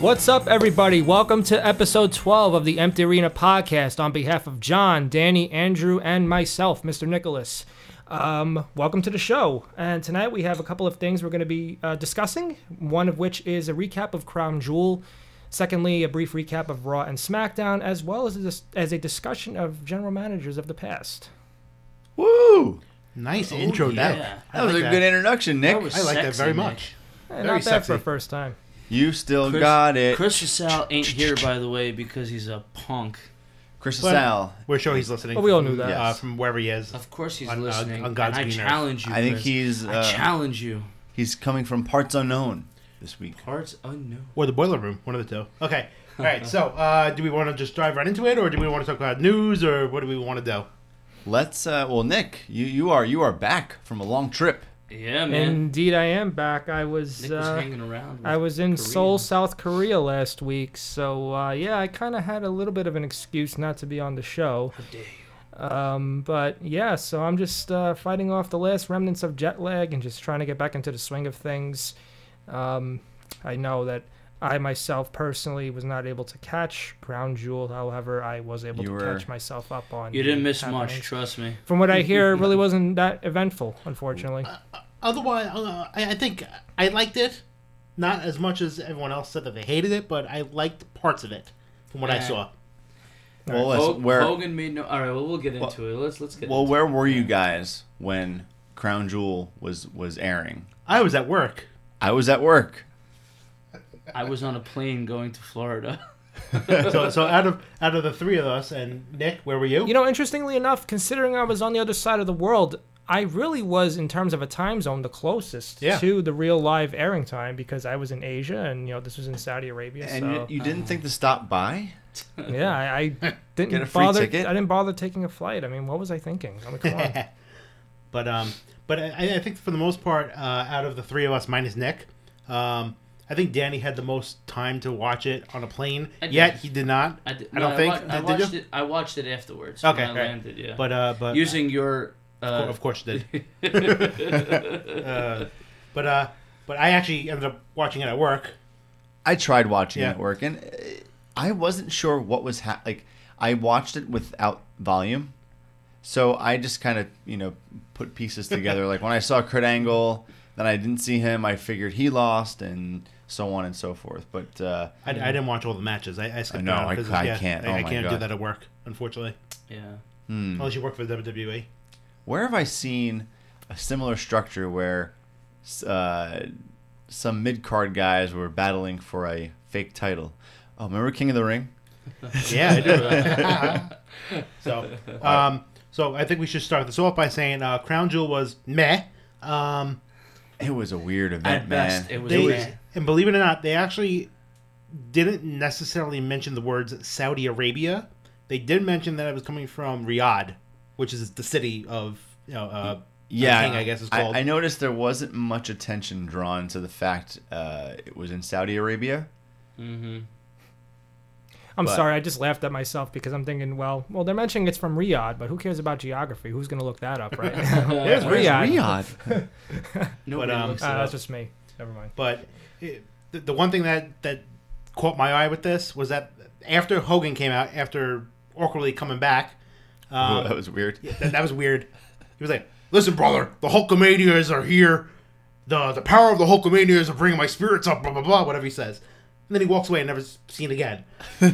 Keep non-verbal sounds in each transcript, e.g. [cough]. What's up, everybody? Welcome to episode 12 of the Empty Arena podcast. On behalf of John, Danny, Andrew, and myself, Mr. Nicholas, um, welcome to the show. And tonight we have a couple of things we're going to be uh, discussing. One of which is a recap of Crown Jewel. Secondly, a brief recap of Raw and SmackDown, as well as a, dis- as a discussion of general managers of the past. Woo! Nice intro, yeah. Nick. That I was like a that. good introduction, Nick. That was I like that sexy, very Nick. much. Eh, Very not bad for a sexy. first time. You still Chris- Oh, got it. Chris, Chris Casale ain't here, by the way, because he's a punk. But Sal. We're sure he's listening. Well, we all knew from, that. Uh, Yes. from wherever he is. Of course he's On- on- listening. on God's and I green earth. challenge you. I think Chris. he's, uh, I challenge you. He's coming from parts unknown this week. Parts unknown. Or the boiler room, one of the two. Okay. All right. So, uh, do we want to just dive right into it, or do we want to talk about news, or what do we want to do? Let's. Uh, well, Nick, you you are you are back from a long trip. Yeah, man. Indeed, I am back. I was. Nick was uh, hanging around. with I was in Seoul, Koreans. South Korea last week, so uh, yeah, I kind of had a little bit of an excuse not to be on the show. How dare you. Um, but yeah, so I'm just uh, fighting off the last remnants of jet lag and just trying to get back into the swing of things. Um, I know that I myself personally was not able to catch Crown Jewel, however, I was able You to were- catch myself up on. You the didn't miss much, happenings. trust me. From what I [laughs] hear, it really wasn't that eventful, unfortunately. Otherwise, uh, I, I think I liked it. Not as much as everyone else said that they hated it, but I liked parts of it from what I Yeah. saw. Well, Ho- listen, where Hogan made no. All right, well, we'll get Well- into it. Let's let's get. well into where were you guys when Crown Jewel was was airing? I was at work. [laughs] I was at work. it. I was on a plane going to Florida. [laughs] so, so out of out of the three of us and Nick, where were you? You know, interestingly enough, considering I was on the other side of the world, I really was, in terms of a time zone, the closest Yeah. to the real live airing time because I was in Asia and, you know, this was in Saudi Arabia. And so, you, you didn't think to stop by? yeah, I, I didn't [laughs] Get a free bother. ticket? I didn't bother taking a flight. I mean, what was I thinking? I mean, come [laughs] on. [laughs] But um, but I, I think for the most part, uh, out of the three of us minus Nick, um, I think Danny had the most time to watch it on a plane. I did. Yet he did not. I, d- don't no, think. wa- I, did, did watched you? it. I watched it afterwards. Okay, when I all right. landed. Yeah, But uh, but using your. Uh, of course you did. [laughs] [laughs] uh, but uh, but I actually ended up watching it at work. I tried watching Yeah. it at work, and uh, I wasn't sure what was ha- like. I watched it without volume, so I just kind of you know put [laughs] pieces together. like when I saw Kurt Angle, then I didn't see him. I figured he lost, and so on and so forth. But uh, I, Mm. I didn't watch all the matches. I, I skipped No, around I- 'cause, I can't. I, Oh I my can't do God. Mm. that at work, unfortunately. yeah. Unless you work for E. the WWE. where have I seen a similar structure where uh, some mid card guys were battling for a fake title? Oh, remember King of the Ring? Yeah, I do. so, um, so I think we should start this off by saying uh, Crown Jewel was meh. Um, It was a weird event, man. At best, it was. they, meh. and believe it or not, they actually didn't necessarily mention the words Saudi Arabia. They did mention that it was coming from Riyadh, which is the city of you know, uh, yeah, King, I guess it's called. I, noticed there wasn't much attention drawn to the fact uh, it was in Saudi Arabia. Mm-hmm. I'm But- sorry. I just laughed at myself because I'm thinking, well, well, they're mentioning it's from Riyadh, but who cares about geography? Who's going to look that up, [laughs] right? [laughs] Uh, now? Where's Where's Riyadh? Riyadh? Nobody um, looks it Uh, up. that's just me. Never mind. But it, the, the one thing that that caught my eye with this was that after Hogan came out, after awkwardly coming back, oh, [laughs] um, that was weird. that, that was weird. He was like, "Listen, brother, the Hulkamanias are here. the The power of the Hulkamanias are bringing my spirits up." Blah blah blah. Whatever he says, and then he walks away and never seen again. I,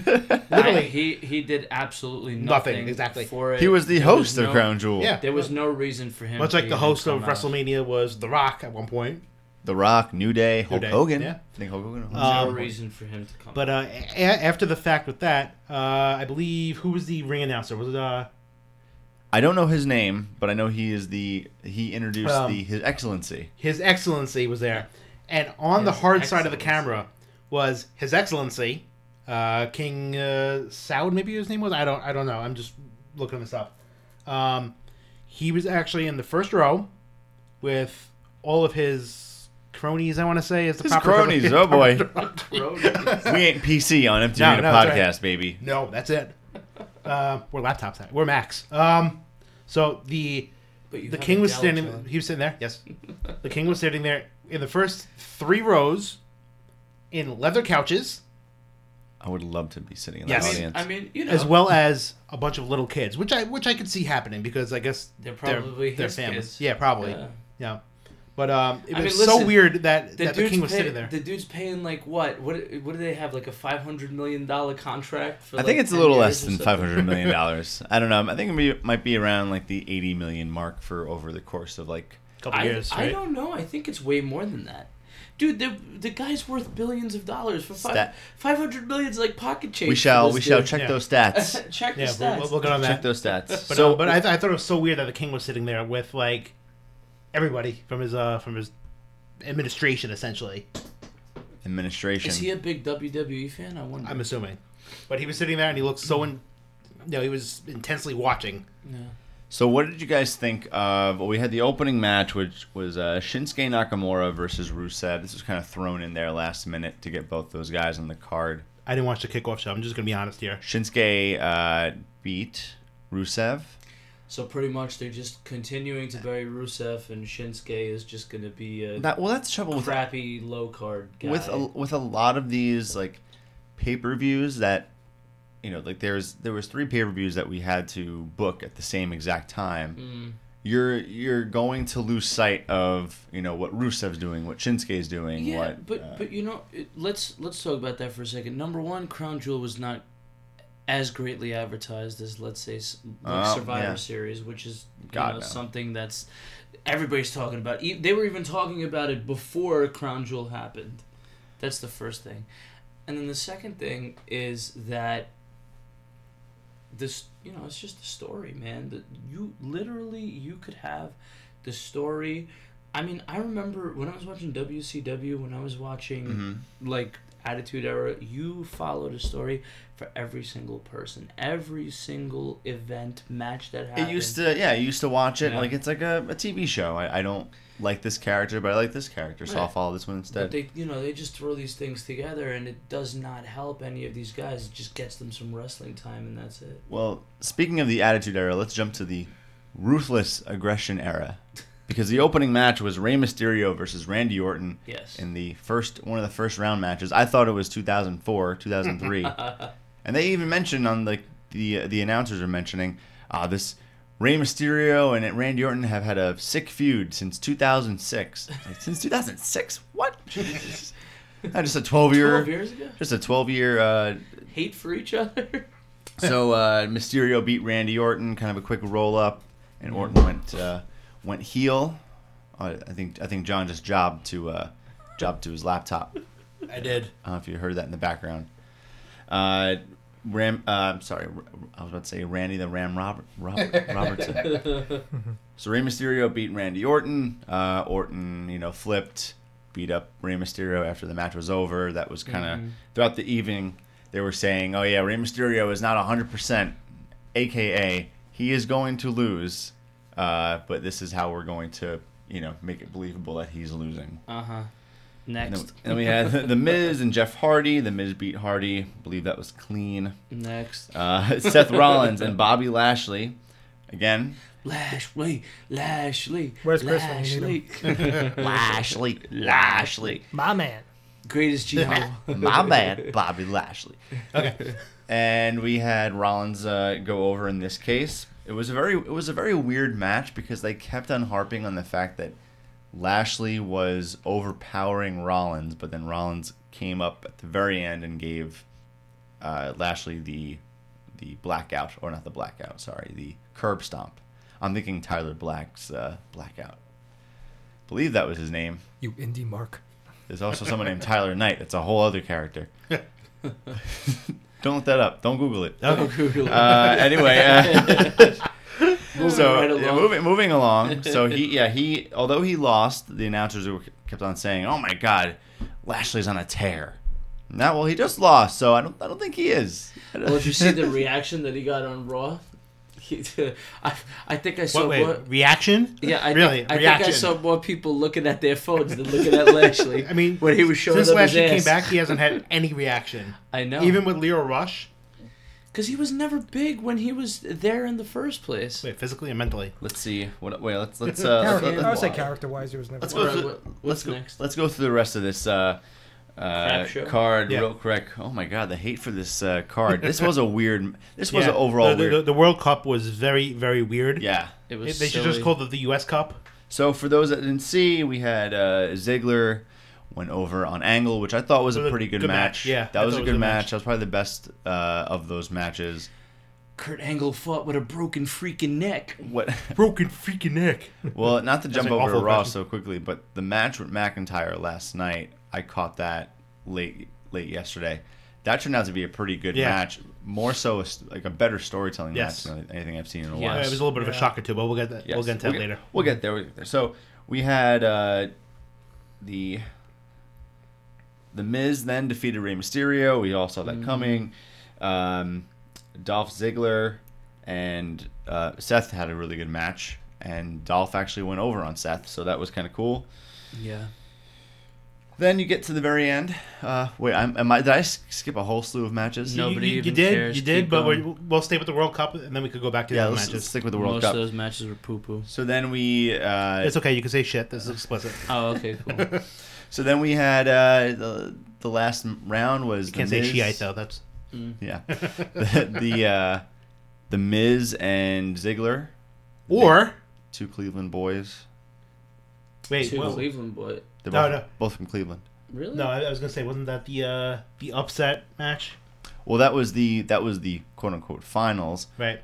Literally, he he did absolutely nothing, Nothing, exactly. for it. He was the There host of no- Crown Jewel. yeah. There was no reason for him. much to like the even host of come out. WrestleMania was The Rock at one point. The Rock, New Day, Hulk Day, Hogan. yeah. Um, I think Hulk Hogan. No reason for him to come. But uh, a- after the fact, with that, uh, I believe who was the ring announcer? Was it uh, I don't know his name, but I know he is the he introduced Um, the His Excellency. His Excellency was there, and on the His hard side of the Excellency. camera was His Excellency, uh, King uh, Saud. Maybe his name was. I don't. I don't know. I'm just looking this up. Um, he was actually in the first row with all of his cronies. I want to say is the His proper cronies. Oh boy, uh, [laughs] Brody. we ain't PC on Empty No, Arena no, that's podcast, right. baby. No, that's it. Uh, we're laptops. We're Macs. Um, so the But you the have king a was Dell, standing. John. He was sitting there. [laughs] Yes, the king was sitting there in the first three rows, in leather couches, I would love to be sitting in that Yes. I mean, audience. I mean, you know, as well as a bunch of little kids, which I which I could see happening because I guess They're probably their his families. kids. Yeah, probably. Yeah. Yeah. But um, it was I mean, so listen, weird that, the that the dude's king was pay- sitting there. The dude's paying like what? What? What do they have? Like a five hundred million dollar contract for? I think like, it's a 10 little years less or than something? five hundred [laughs] million dollars. I don't know. I think it may- might be around like the eighty million mark for over the course of like. couple I, years, I right? don't know. I think it's way more than that. Dude, the the guy's worth billions of dollars for five Stat- five hundred million's like pocket change. We for shall this we shall dude. check Yeah. those stats. [laughs] check yeah, the we'll, stats. we'll, we'll get on check that. those stats. [laughs] but so, uh, but I, th- I thought it was so weird that the king was sitting there with like everybody from his uh from his administration essentially. administration. Is he a big WWE fan? I wonder. I'm assuming, but he was sitting there and he looked so in. You know, he was intensely watching. yeah. So what did you guys think of? Well, we had the opening match, which was uh, Shinsuke Nakamura versus Rusev. This was kind of thrown in there last minute to get both those guys on the card. I didn't watch the kickoff show. I'm just gonna be honest here. Shinsuke uh, beat Rusev. So pretty much they're just continuing to bury Rusev, and Shinsuke is just gonna be a That well, that's the trouble with crappy low card guy. with a, with a lot of these like pay per views that you know like there's there was three pay per views that we had to book at the same exact time. Mm. You're you're going to lose sight of you know what Rusev's doing, what Shinsuke's doing, yeah, what but uh, but you know, it, let's let's talk about that for a second. Number one, Crown Jewel was not as greatly advertised as let's say s- like Oh, Survivor yeah. Series, which is you God, know, no. something that's everybody's talking about. E- They were even talking about it before Crown Jewel happened. That's the first thing, and then the second thing is that this you know it's just a story man that you literally you could have the story i mean i remember when i was watching wcw when i was watching Mm-hmm. like attitude era you followed a story for every single person every single event match that happened It used to, yeah, I used to watch it. Yeah. Like it's like a, a TV show. I, I don't like this character, but I like this character, so I'll Right. follow this one but instead. they you know they just throw these things together and it does not help any of these guys it just gets them some wrestling time and that's it well, speaking of the Attitude Era, let's jump to the Ruthless Aggression Era, because the opening match was Rey Mysterio versus Randy Orton. Yes. In the first one of the first round matches, I thought it was 2004, 2003, and they even mentioned on like the the announcers are mentioning uh, this. Rey Mysterio and Randy Orton have had a sick feud since 2006. Like, since 2006? What? Jesus. Uh, just a 12 12 year years ago just a 12 year uh, hate for each other [laughs] so uh, Mysterio beat Randy Orton kind of a quick roll up and Orton went uh, went heel uh, I think I think John just jobbed to uh, jobbed to his laptop I did. I don't know if you heard that in the background uh, Ram uh, I'm sorry I was about to say Randy the Ram Robert, Robert Robertson so Rey Mysterio beat Randy Orton. Uh, Orton, you know, flipped, beat up Rey Mysterio after the match was over. That was kind of throughout the evening. They were saying, "Oh yeah, Rey Mysterio is not 100%, aka he is going to lose." Uh, but this is how we're going to, you know, make it believable that he's losing. uh-huh And next then, and then we had The Miz and Jeff Hardy. The Miz beat Hardy. I believe that was clean. Next. Uh, Seth Rollins and Bobby Lashley. Again, Lashley, Lashley. Where's Chris when you [laughs] Lashley. [laughs] Lashley, Lashley. My man. Greatest G1. [laughs] My bad, Bobby Lashley. Okay. And we had Rollins uh, go over in this case. It was a very it was a very weird match because they kept on harping on the fact that Lashley was overpowering Rollins, but then Rollins came up at the very end and gave uh, Lashley the the blackout or not the blackout, sorry, the curb stomp. I'm thinking Tyler Black's uh, blackout. Believe that was his name. You indie mark. There's also someone named Tyler Knight. That's a whole other [laughs] character. Don't look that up. Don't Google it. Uh, anyway, uh, so right yeah, along. [laughs] moving moving along. [laughs] So he yeah he although he lost, the announcers were, kept on saying, "Oh my God, Lashley's on a tear." Now, well, he just lost, so I don't I don't think he is. well, did you see the reaction that he got on Raw? He, [laughs] I, I think I saw What, wait, more. reaction? Yeah, I, really. I think I reaction. saw more people looking at their phones than looking at [laughs] Lashley. I mean, when he was showing since them last his year came ass. back, he hasn't [laughs] had any reaction. I know. Even with Leo Rush, because he was never big when he was there in the first place. wait, physically and mentally. Let's see. What, wait, let's let's uh, Character, let's, I would say let's, character-wise, it was never. let's All go. right, Through, what- what's let's go. next? Let's go through the rest of this. Uh, uh, Crap show? card Yeah. real quick. Oh my god, the hate for this uh, card. This was a weird. This was Yeah. an overall the, the- weird. the World Cup was very, very weird. yeah. They It was. they should just silly. call it the U.S. Cup. So for those that didn't see, we had uh, Ziggler went over on Angle, which I thought was a Was a pretty good, good match. match, yeah. I that was a thought it good match. That was probably the best uh, of those matches. Kurt Angle fought with a broken freaking neck. What? Broken freaking neck. Well, not to jump an over to awful Raw question. so quickly, but the match with McIntyre last night, I caught that late late yesterday. That turned out to be a pretty good Yeah. match. More so, a st- like a better storytelling Yes. match than anything I've seen in a Yeah. while. it was a little bit of a Yeah. shocker too, but we'll get that. Yes. We'll get to that later. We'll get there. We'll get there. So we had uh, the the Miz then defeated Rey Mysterio. We all saw that coming. Um, Dolph Ziggler and uh, Seth had a really good match, and Dolph actually went over on Seth, so that was kind of cool. Yeah. Then you get to the very end. Uh, wait, I'm, am I? Did I s- skip a whole slew of matches? No. Nobody you, you even did. cares. You did, Keep but going. we're, we'll stay with the World Cup, and then we could go back to Yeah, the other let's, let's matches. stick with the World Most Cup. of those matches were poo poo. So then we. Uh, It's okay. You can say shit. This is explicit. Oh, okay, cool. So then we had uh, the the last m- round was You can't the say Miz- Shiite though. That's [laughs] Yeah, the the, uh, the Miz and Ziggler, or two Cleveland boys. wait. Two well- Cleveland boy. They're No, both, no. both from Cleveland. Really? no, I I was gonna say, wasn't that the uh, the upset match? Well, that was the that was the quote unquote finals. Right.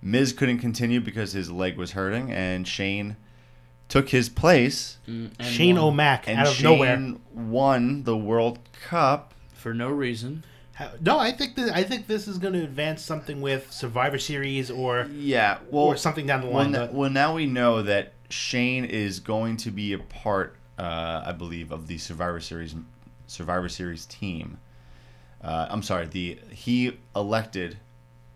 Miz couldn't continue because his leg was hurting, and Shane took his place. Mm, and Shane one. O'Mac And out of Shane nowhere. won the World Cup. For no reason. How- No, I think that I think this is going to advance something with Survivor Series or Yeah, well, or something down the Well, line. no- but- well, now we know that Shane is going to be a part, uh, I believe, of the Survivor Series Survivor Series team. Uh, I'm sorry, the he elected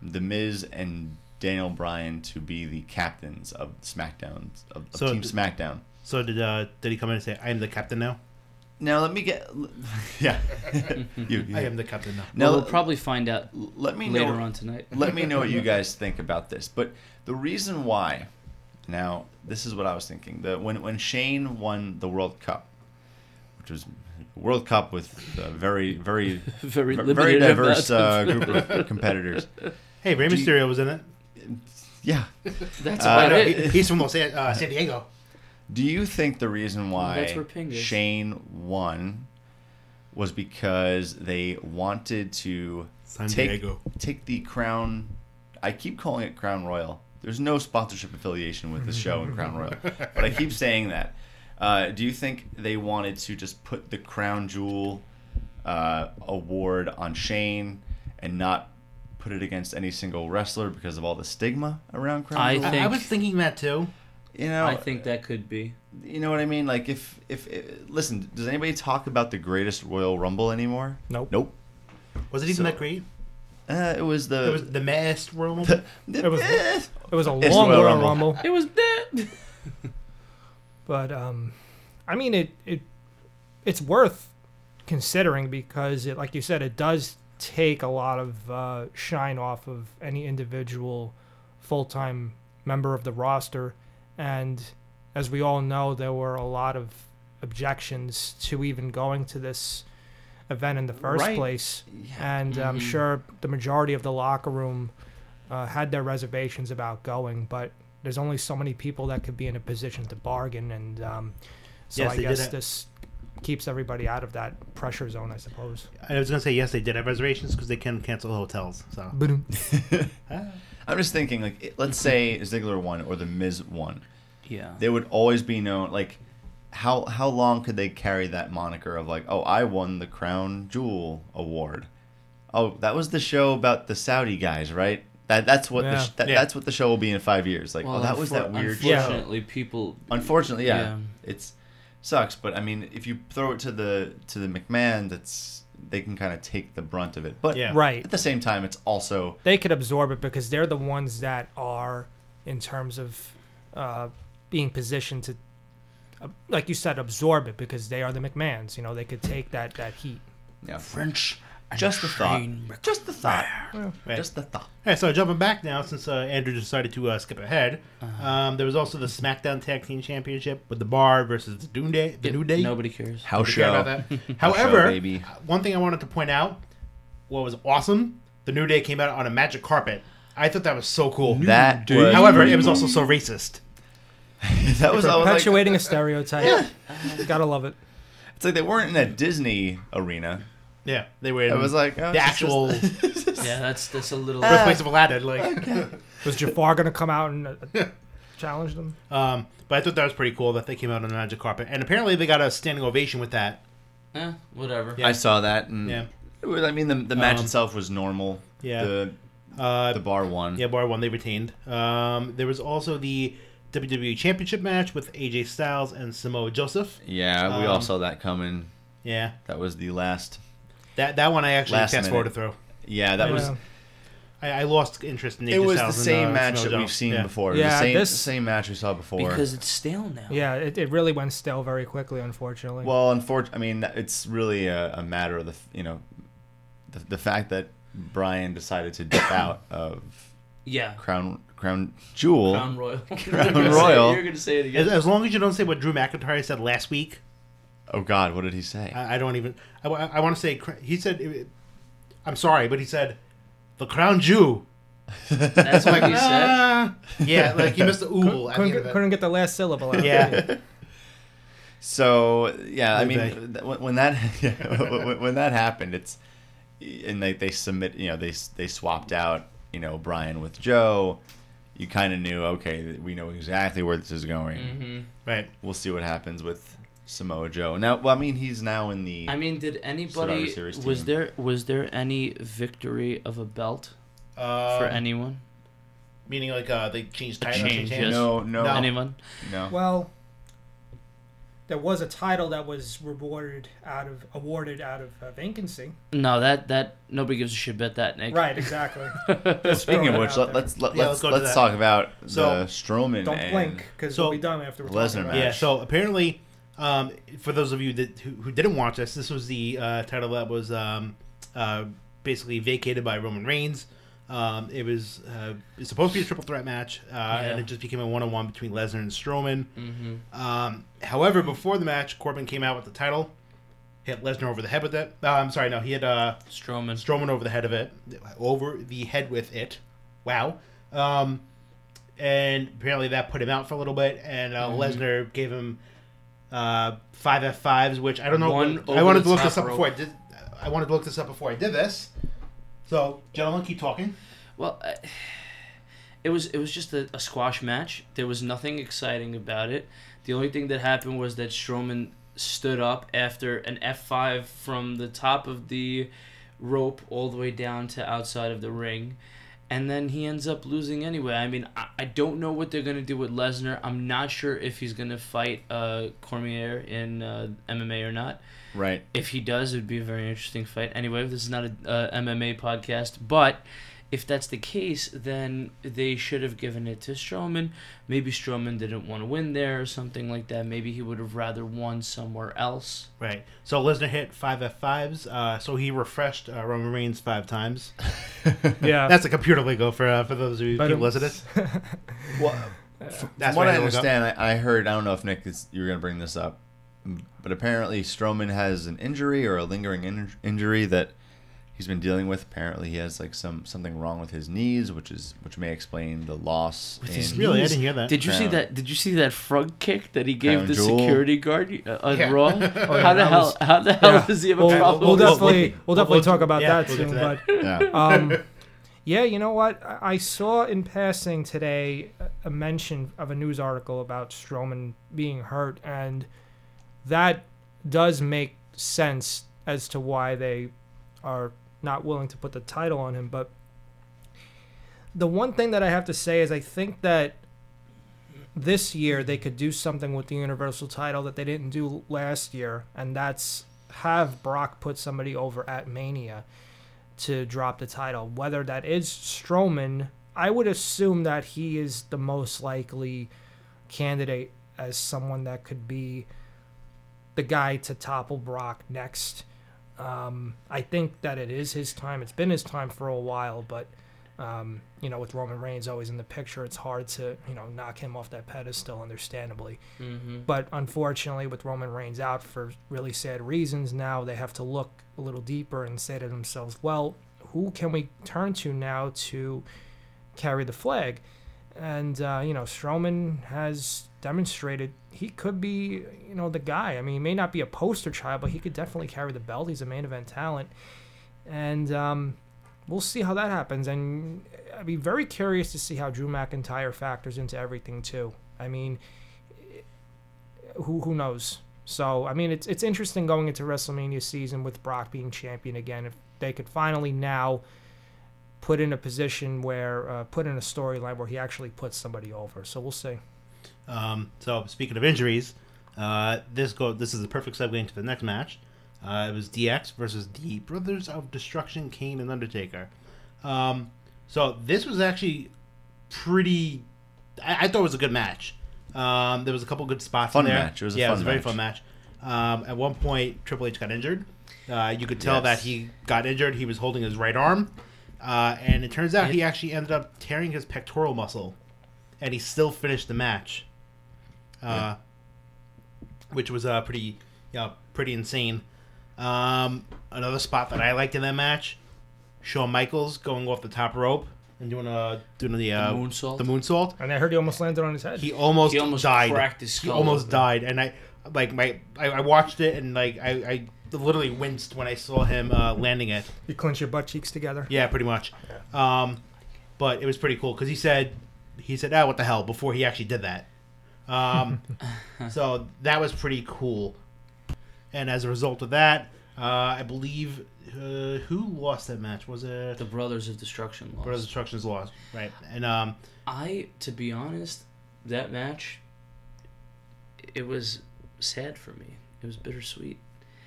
the Miz and Daniel Bryan to be the captains of SmackDown of, of So Team th- SmackDown. so did uh, did he come in and say, "I am the captain now. Now let me get, [laughs] [laughs] yeah, you, you- I am the captain now." No, now we'll probably find out let me later know, [laughs] on tonight. [laughs] let me know what you guys think about this. But the reason why, now this is what I was thinking. The when when Shane won the World Cup, which was a World Cup with a very very Very ver- limited very amount diverse of- uh, group of competitors. Hey, Rey Do you- Mysterio was in it. Yeah. [laughs] That's Uh, about No, it. he- he's from Los An- uh, San Diego. Do you think the reason why That's where Ping is. Shane won was because they wanted to San take take the crown. I keep calling it Crown Royal. There's no sponsorship affiliation with the show and Crown Royal, but I keep saying that. Uh, do you think they wanted to just put the crown jewel uh, award on Shane and not put it against any single wrestler because of all the stigma around crown I jewel? I, I think- was thinking that too. you know, I think that could be. you know what I mean. Like if, if if listen, does anybody talk about the greatest Royal Rumble anymore? Nope. Nope. Was it even So- that great? Uh, it was the. It was the masked Royal Rumble. It was- Eh. It was a It's long Royal Royal Rumble. Rumble. It was that. but um, I mean it it it's worth considering because it, like you said, it does take a lot of uh, shine off of any individual full time member of the roster, and as we all know, there were a lot of objections to even going to this event in the first Right. place, and I'm sure the majority of the locker room uh, had their reservations about going, but there's only so many people that could be in a position to bargain, and um, so Yes, I they did guess it. this keeps everybody out of that pressure zone, I suppose. I was gonna say yes, they did have reservations because they can cancel hotels. So Boom. I'm just thinking, like, it- let's say Ziggler won or the Miz won, Yeah. there would always be known, like, how how long could they carry that moniker of like, oh, I won the crown jewel award? Oh, that was the show about the Saudi guys, right? That that's what the Yeah. sh- that, Yeah. that's what the show will be in five years. Like, oh, that was unfor- that weird. show. Unfortunately, people. Unfortunately, yeah, Yeah. it's sucks. But I mean, if you throw it to the to the McMahon, that's they can kind of take the brunt of it. But Yeah. Right. at the same time, it's also They could absorb it because they're the ones that are, in terms of uh, being positioned to, uh, [laughs] like you said, absorb it because they are the McMahons. You know, they could take that that heat. yeah. French Just the thought. train wreck. Just the thought. Right. Just the thought. All right, so jumping back now, since uh, Andrew decided to uh, skip ahead, Uh-huh. um, there was also the SmackDown Tag Team Championship with the Bar versus the, Dune Day, the New Day. Nobody [laughs] cares. House Forget show. about that. [laughs] [laughs] However, baby. one thing I wanted to point out, what was awesome, the New Day came out on a magic carpet. I thought that was so cool. That was- However, it [laughs] was also so racist. That was, I was like, Perpetuating [laughs] a stereotype. Gotta love it. it's like they weren't in a Disney arena. Yeah, they were. In It was like oh, it's the [laughs] actual just- Yeah, that's that's [laughs] a little. birthplace of Aladdin. Like, Was Jafar gonna come out and uh, [laughs] challenge them? um, but I thought that was pretty cool that they came out on a magic carpet, and apparently they got a standing ovation with that. eh, whatever. Yeah. I saw that, and Yeah. it was, I mean, the, the match Um, itself was normal. yeah. The, Uh, the bar won. Yeah, bar one they retained. Um, there was also the WWE Championship match with AJ Styles and Samoa Joseph. Yeah, we all Um, saw that coming. Yeah, That was the last. that that one I actually Last fast forwarded minute. through. Yeah, that was. Yeah. I, I lost interest in AJ It was the Styles and, same uh, match Samoa that we've Joe. seen Yeah. before. It was Yeah, the same, this- the same match we saw before. Because it's stale now. Yeah, it, it really went stale very quickly, unfortunately. Well, unfortunately, I mean, it's really a, a matter of the you know, the, the fact that Brian decided to dip [coughs] out of Yeah. Crown Crown Jewel. Crown [laughs] Royal. [laughs] Crown You're gonna say- Royal. You're gonna say it As, again. as long as you don't say what Drew McIntyre said last week, Oh God, what did he say? I, I don't even. I, want to say cr- he said, it- "I'm sorry," but he said, "The crown Jew." That's what [laughs] he said. Ah. [laughs] yeah, like he missed the ooh at the couldn't, end get, of it. couldn't get the last syllable out. Yeah, So yeah, I Did mean, they? th- when when that [laughs] when when that happened, it's and they they submit, you know, they s- they swapped out, you know, Brian with Joe. You kind of knew, okay, we know exactly where this is going. hmm right. We'll see what happens with Samoa Joe. Now, well, I mean, he's now in the. I mean, did anybody Series was team. there was there any victory of a belt Uh, for anyone? meaning like uh, they changed A titles. they change, changed- yes. no, no, No. no, Anyone? [laughs] Well, there was a title that was rewarded out of awarded out of uh, vacancy. No, that that nobody gives a shit about that, Nick. Right, exactly. [laughs] Speaking of Throwing it which, out let, there. let's let, Yeah, let's let's go to let's, that. talk about the So, Strowman. Don't and- blink because So, we'll be done after we're Lesnar talking about match. it. Yeah. So apparently, um, for those of you that who, who didn't watch this, this was the uh, title that was um, uh, basically vacated by Roman Reigns. Um, it was uh, it's supposed to be a triple threat match, uh, and Yeah. it just became a one on one between Lesnar and Strowman. Mm-hmm. Um, however, before the match, Corbin came out with the title, hit Lesnar over the head with it. Uh, I'm sorry, no, he hit uh, Strowman. Strowman over the head of it, over the head with it. Wow. Um, and apparently that put him out for a little bit, and uh, Lesnar gave him uh, five F fives, which I don't know. One I over wanted to the look top this up rope. before I did. I wanted to look this up before I did this. So, gentlemen, keep talking. Well, I, it was it was just a, a squash match. There was nothing exciting about it. The only thing that happened was that Strowman stood up after an F five from the top of the rope all the way down to outside of the ring. And then he ends up losing anyway. I mean, I, I don't know what they're going to do with Lesnar. I'm not sure if he's going to fight uh, Cormier in uh, MMA or not. Right. If he does, it would be a very interesting fight. Anyway, this is not a uh, MMA podcast, but if that's the case, then they should have given it to Strowman. Maybe Strowman didn't want to win there or something like that. Maybe he would have rather won somewhere else. Right. So Lesnar hit five F fives. Uh, so he refreshed uh, Roman Reigns five times. Yeah. [laughs] That's a computer lingo for uh, for those of you But people it- listening. Well, From That's what why I they look up. understand, I, I heard. I don't know if Nick is you were gonna bring this up, but apparently Strowman has an injury or a lingering in- injury that he's been dealing with. Apparently, he has like some something wrong with his knees, which is which may explain the loss. With his in- Really, I knees. didn't hear that. Did you see Crown. that? Did you see that frog kick that he gave Crown the jewel. security guard uh, on Yeah. Raw? how the that hell? was- how the hell Yeah. does he have a We'll, problem? we'll We'll- we'll- definitely we'll, we'll- definitely we'll- talk about yeah, that we'll get soon. to that. Yeah. But um, yeah, you know what? I I saw in passing today a mention of a news article about Strowman being hurt, and that does make sense as to why they are not willing to put the title on him. But the one thing that I have to say is I think that this year they could do something with the Universal title that they didn't do last year, and that's have Brock put somebody over at Mania to drop the title. Whether that is Strowman, I would assume that he is the most likely candidate as someone that could be the guy to topple Brock next. Um, I think that it is his time. It's been his time for a while, but um, you know, with Roman Reigns always in the picture, it's hard to you know knock him off that pedestal, understandably. Mm-hmm. But unfortunately, with Roman Reigns out for really sad reasons, now they have to look a little deeper and say to themselves, well, who can we turn to now to carry the flag? And, uh, you know, Strowman has demonstrated he could be, you know, the guy. I mean, he may not be a poster child, but he could definitely carry the belt. He's a main event talent. And um, we'll see how that happens. And I'd be very curious to see how Drew McIntyre factors into everything, too. I mean, who who knows? So I mean, it's it's interesting going into WrestleMania season with Brock being champion again. If they could finally now put in a position where uh, put in a storyline where he actually puts somebody over. So we'll see. Um, so speaking of injuries, uh, this go this is the perfect segue into the next match. Uh, it was DX versus the Brothers of Destruction, Kane and Undertaker. Um, so this was actually pretty. I, I thought it was a good match. Um, there was a couple good spots. Fun in there. match. It was a yeah, fun it was a very match. fun match. Um, at one point, Triple H got injured. Uh, you could Yes. tell that he got injured. He was holding his right arm, uh, and it turns out he actually ended up tearing his pectoral muscle, and he still finished the match. Uh, which was uh, pretty yeah, pretty insane. Um, another spot that I liked in that match, Shawn Michaels going off the top rope and doing a doing the, uh, moonsault? The moonsault. And I heard he almost landed on his head. He almost He almost died. cracked his he skull almost open. died, and I like my I, I watched it and like I, I literally winced when I saw him uh, landing it. you clench your butt cheeks together. Yeah, pretty much. Um, but it was pretty cool because he said he said, "Ah, what the hell?" Before he actually did that. [laughs] Um, so that was pretty cool. And as a result of that, uh, I believe uh, who lost that match was it The Brothers of Destruction lost. Brothers Instructions lost, right? And um, I, to be honest, that match, it was sad for me. It was bittersweet.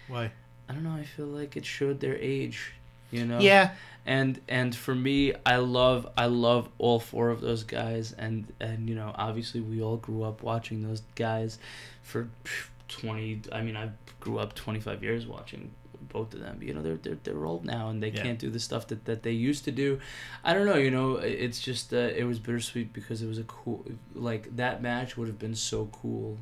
why? I don't know. I feel like it showed their age, you know. Yeah, And and for me, I love I love all four of those guys, and and you know, obviously we all grew up watching those guys, for twenty. I mean, I grew up twenty five years watching both of them. You know, they're they're, they're old now, and they Yeah. can't do the stuff that, that they used to do. I don't know. You know, i- it's just uh, it was bittersweet because it was a cool like that match would have been so cool.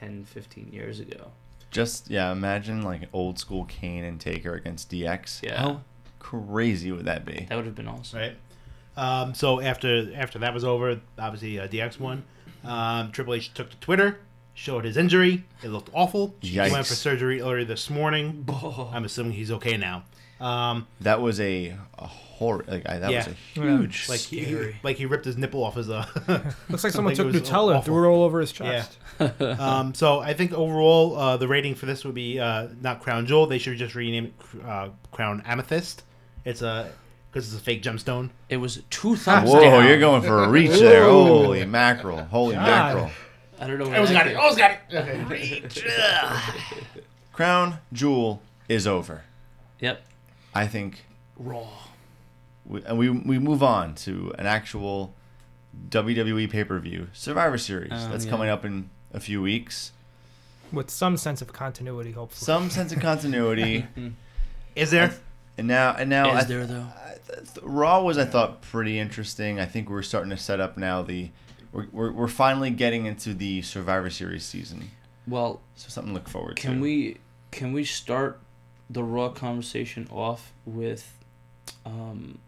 10 15 years ago Just yeah, imagine like an old school Kane and Taker against DX. Yeah. How crazy would that be? that would have been awesome right. Um, so after after that was over, obviously uh, DX won. Um, Triple H took to Twitter, showed his injury. It looked awful. He Yikes. went for surgery earlier this morning. Oh. I'm assuming he's okay now. [laughs] Um, That was a, a horror. Like I, that was Yeah. a huge. like he, Scary. like he ripped his nipple off his. [laughs] Uh, Looks like someone It took was Nutella and awful. threw it all over his Yeah. chest. [laughs] um, so I think overall uh, the rating for this would be uh, not Crown Jewel. They should just rename it uh, Crown Amethyst. It's a because it's a fake gemstone. it was two thumbs Whoa, down. you're going for a reach there. Holy mackerel! Holy God. mackerel! I don't know. Where I always that got it. came- I always got it. Reach. [laughs] Crown Jewel is over. Yep. I think Raw. we, and we we move on to an actual WWE pay per view Survivor Series Um, that's yeah. coming up in a few weeks. With some sense of continuity, hopefully. Some sense of [laughs] continuity, Is there? and now and now I Is th- there though? Raw was I thought pretty interesting. I think we're starting to set up now the we're, we're, we're finally getting into the Survivor Series season, Well, so something to look forward to. can we can we start the Raw conversation off with um,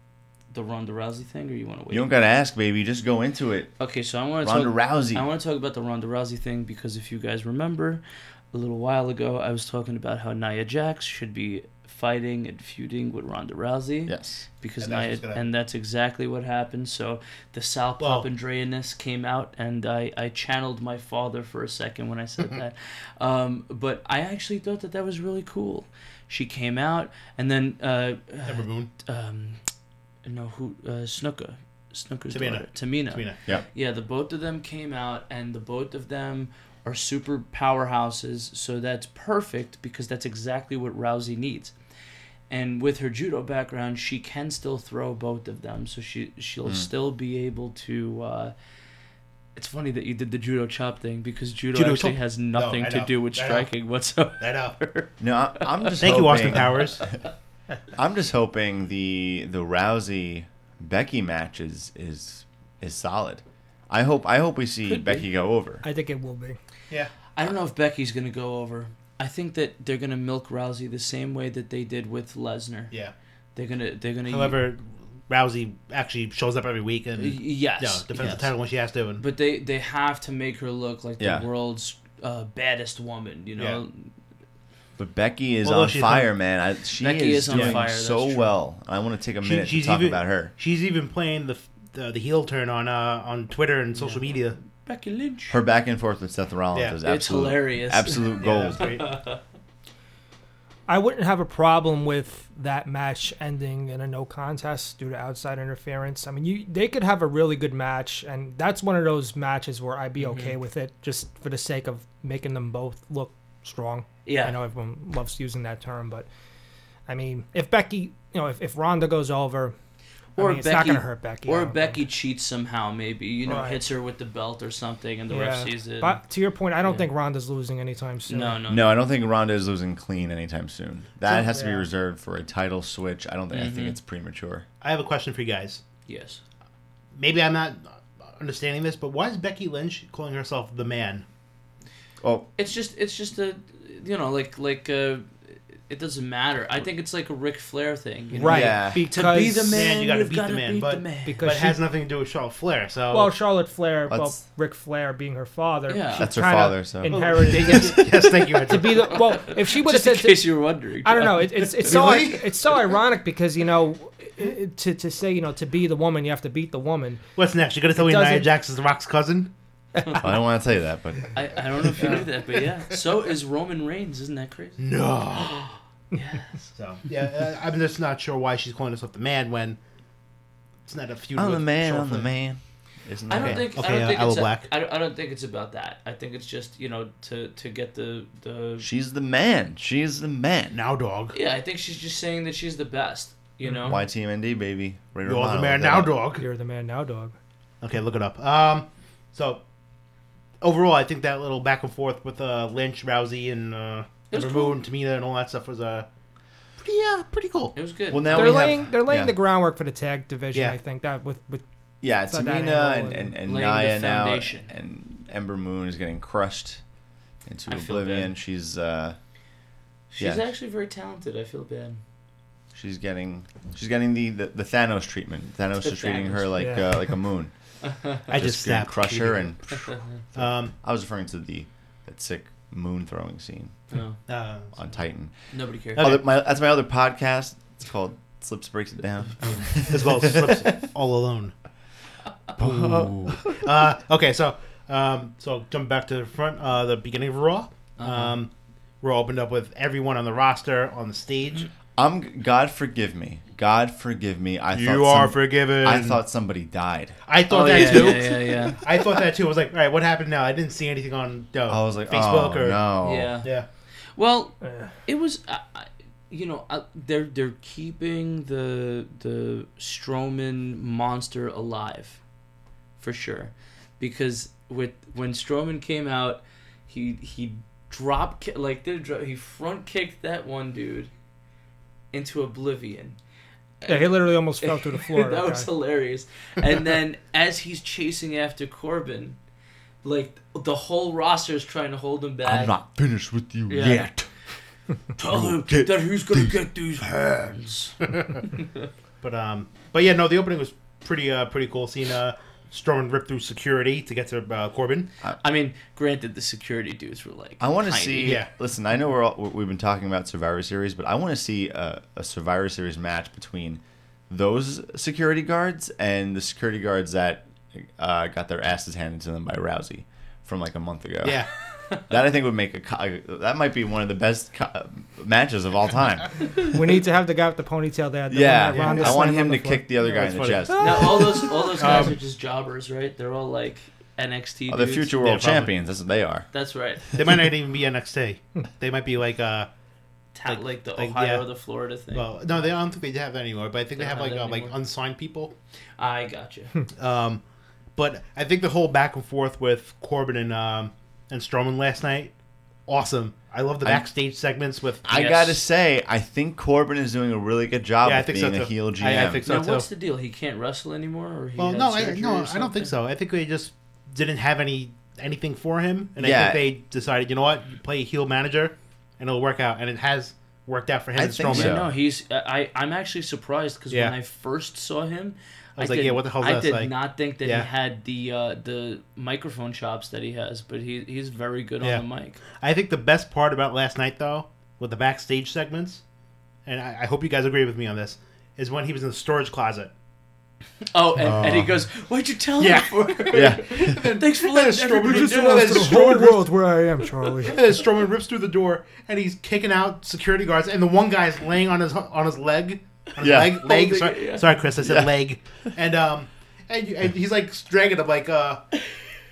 the Ronda Rousey thing, or you want to wait? You don't gotta ask, baby. Just go into it. okay, so I want to talk. Ronda Rousey. I want to talk about the Ronda Rousey thing because if you guys remember, a little while ago, I was talking about how Nia Jax should be fighting and feuding with Ronda Rousey. yes. because And and, that's what's gonna happen. and that's exactly what happened. So the Sal Well- Papandreaness came out, and I, I channeled my father for a second when I [laughs] said that. Um, but I actually thought that that was really cool. She came out, and then uh, Ember Moon. um, no, who uh, Snuka, Snuka's Tamina. daughter, Tamina. Tamina. Yeah, the both of them came out, and the both of them are super powerhouses, so that's perfect because that's exactly what Rousey needs. And with her judo background, she Hmm. can still throw both of them, so she she'll still be able to uh, It's funny that you did the judo chop thing because judo, Judo actually chop. has No, nothing I to know. do with I know. striking whatsoever. [laughs] I know. No, I, I'm just Thank hoping, you, Austin Powers. I'm just hoping the the Rousey Becky match is is is solid. I hope I hope we see Could be. Becky go over. I think it will be. yeah. I don't know if Becky's going to go over. I think that they're going to milk Rousey the same way that they did with Lesnar. Yeah. They're going to they're going to However, Rousey actually shows up every week and you yes. know, defends yes. the title when she has to. And But they they have to make her look like Yeah. the world's uh, baddest woman, you know. But Becky is Although on she's fire, man. I, she Becky is, is on doing fire, that's so true. well. I want to take a She- minute she's to talk even- about her. she's even playing the the, the heel turn on uh, on Twitter and social media. Becky Lynch. Her back and forth with Seth Rollins Yeah. is It's absolute, hilarious. absolute Yeah, gold. that's [laughs] great. I wouldn't have a problem with that match ending in a no contest due to outside interference. I mean, you they could have a really good match, and that's one of those matches where I'd be Mm-hmm. okay with it, just for the sake of making them both look strong. Yeah. I know everyone loves using that term, but I mean, if Becky, you know, if, if Ronda goes over, I mean, it's not going to hurt Becky. I Or don't Becky cheats somehow, maybe you know, Right. hits her with the belt or something, and the think. ref Yeah. sees it. But to your point, I don't Yeah. think Ronda's losing anytime soon. no, no, No, I don't think Ronda is losing clean anytime soon. That So- has to be Yeah. reserved for a title switch. I don't think. I think Mhm. it's premature. I have a question for you guys. Yes. Maybe I'm not understanding this, but why is Becky Lynch calling herself the man? Oh, It's just, it's just a, you know, like, like, uh, it doesn't matter. I think it's like a Ric Flair thing. You know? Right. Yeah. To be Because, To be the man, Man, you gotta you've beat the gotta man, beat but- the man. Because But it she- has nothing to do with Charlotte Flair. So Well, Charlotte Flair, well, Let's- Ric Flair being her father. Yeah. she That's her kinda father, so- [laughs] Inherited. Oh. yes, yes, thank you. to be the well if she would have Just in said case you were wondering. I don't know it, it's it's so Really? it's so ironic because you know i- i- to to say you know to be the woman you have to beat the woman What's next? You're gonna tell me doesn't- Nia Jax is The Rock's cousin? I don't want to tell you that, but I, I don't know if you knew that, [laughs] but yeah. So is Roman Reigns. Isn't that crazy? No. Yes. So yeah, uh, I'm just not sure why she's calling herself the man when it's not a feud. I'm the with man. Charlotte I'm the Flair. man. Isn't I don't that- think. Okay, I don't uh, think Aloe it's a- Black. I, don't, I don't think it's about that. I think it's just you know to to get the the. she's the man. She's the man. Now, dog. Yeah, I think she's just saying that she's the best. You know. YTMND baby. Ray You're Romano, the man look now, that up. dog. you're the man now dog Okay, look it up. Um, so overall, I think that little back and forth with uh, Lynch, Rousey, and uh, It was Ember cool. Moon, Tamina, and all that stuff was [laughs] uh, pretty uh, pretty cool. It was good. Ah, Well, now they're we laying have, they're laying yeah. the groundwork for the tag division Yeah. I think that with with Yeah, But that Tamina angle and, and, and laying the Naya now, foundation. and Ember Moon is getting crushed into I feel oblivion. She's uh, she's yeah. actually very talented. I feel bad. she's getting she's getting the, the, the Thanos treatment. Thanos The is treating Thanos, her like yeah. uh, like a moon. [laughs] I just, gonna snapped. crush her, and [laughs] um, I was referring to the that sick moon throwing scene No, [laughs] uh, on Titan. nobody cares. Other, my, that's my other podcast. It's called Slips Breaks It Down. as well [laughs] as Slips all alone. [laughs] Uh, okay, so um, so jump back to the front, uh, the beginning of Raw. Uh-huh. Um, Raw opened up with everyone on the roster on the stage. I'm God forgive me. God forgive me. I You thought are some- forgiven. I thought somebody died. I thought oh that yeah, too. yeah, yeah, yeah. I thought that too. I was like, all right, what happened now? I didn't see anything on uh, I was like, Facebook oh or no. [laughs] Yeah. yeah. Well, it was, I I- you know, I, they're they're keeping the the Strowman monster alive, for sure, because with when Strowman came out, he he drop ki- like did a dro- he front kicked that one dude into oblivion. yeah he literally almost fell [laughs] through the floor that okay. was hilarious. And then [laughs] as he's chasing after Corbin, like the whole roster is trying to hold him back. I'm not finished with you Yeah. yet. Tell him that he's gonna get these hands. But um, but yeah, no, the opening was pretty uh pretty cool. Seeing uh Strowman rip through security to get to uh, Corbin. I mean, granted, the security dudes were like. I want to tiny. see. yeah. Listen, I know we're all, we- we've been talking about Survivor Series, but I want to see a, a Survivor Series match between those security guards and the security guards that uh, got their asses handed to them by Rousey from like a month ago. Yeah, That I think would make a co- that might be one of the best co- matches of all [laughs] time. we need to have the guy with the ponytail there the one yeah. that Ronda I want slammed on him the to floor. kick the other guy in That's the funny. chest. Now all those all those guys Um, are just jobbers, right? They're all like NXT. Oh, the dudes. future world probably. champions. That's what they are. That's right. they might not even be NXT. They might be like uh Ta- like, the like, Ohio yeah. or the Florida thing. well no they I don't think they have uh, that anymore. But I think they, They have don't like have uh, that like anymore. unsigned people. I gotcha. Um, But I think the whole back and forth with Corbin and um, and Strowman last night, awesome. I love the I- backstage segments with. I Yes. gotta say, I think Corbin is doing a really good job Yeah, I of think being so a too. heel GM. I- I think [laughs] so. Now, too. what's the deal? He can't wrestle anymore, or he well, had no, I, surgery no, or I don't think something? so. I think they just didn't have any anything for him, and Yeah. I think they decided, you know what, you play a heel manager, and it'll work out, and it has worked out for him I and think Strowman. so. Yeah, Oh, no, he's. uh, I I- I'm actually surprised because Yeah. when I first saw him, I was like, did, yeah, what the hell is I that? did Like- not think that Yeah. he had the uh, the microphone chops that he has, but he he's very good Yeah. on the mic. I think the best part about last night, though, with the backstage segments, and I, I hope you guys agree with me on this, is when he was in the storage closet. Oh, and, and he goes, "Why'd you tell Yeah. [laughs] me?" [laughs] Yeah. Thanks for letting everybody just know. realized The Strowman whole rips- world where I am, [laughs] Charlie. And then Strowman rips through the door, and he's kicking out security guards, and the one guy is laying on his on his leg, on his Yeah. leg, leg. Holding Sorry, it, yeah. sorry, Chris, I said leg, and um, and, you- and he's like dragging him like uh,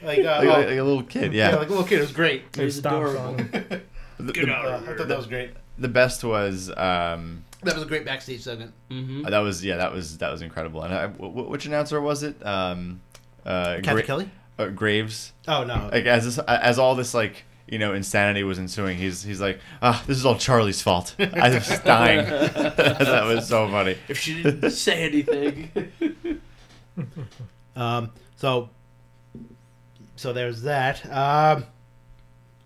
like uh, Like, oh, like a little kid, yeah, yeah. like a little kid. It was great. It He's stops adorable. on him. The, Get the- out Uh, of I here. thought that was great. the best was um, That was a great backstage segment. Mm-hmm. that was yeah that was that was incredible. And I, wh- wh- which announcer was it? Um, uh, Kathy Gra- Kelly. uh, Graves. Oh no. Like as this, as all this like you know insanity was ensuing, he's he's like ah this is all Charlie's fault. I was dying. [laughs] that was so funny. [laughs] If she didn't say anything, Um, so, so there's that. Um,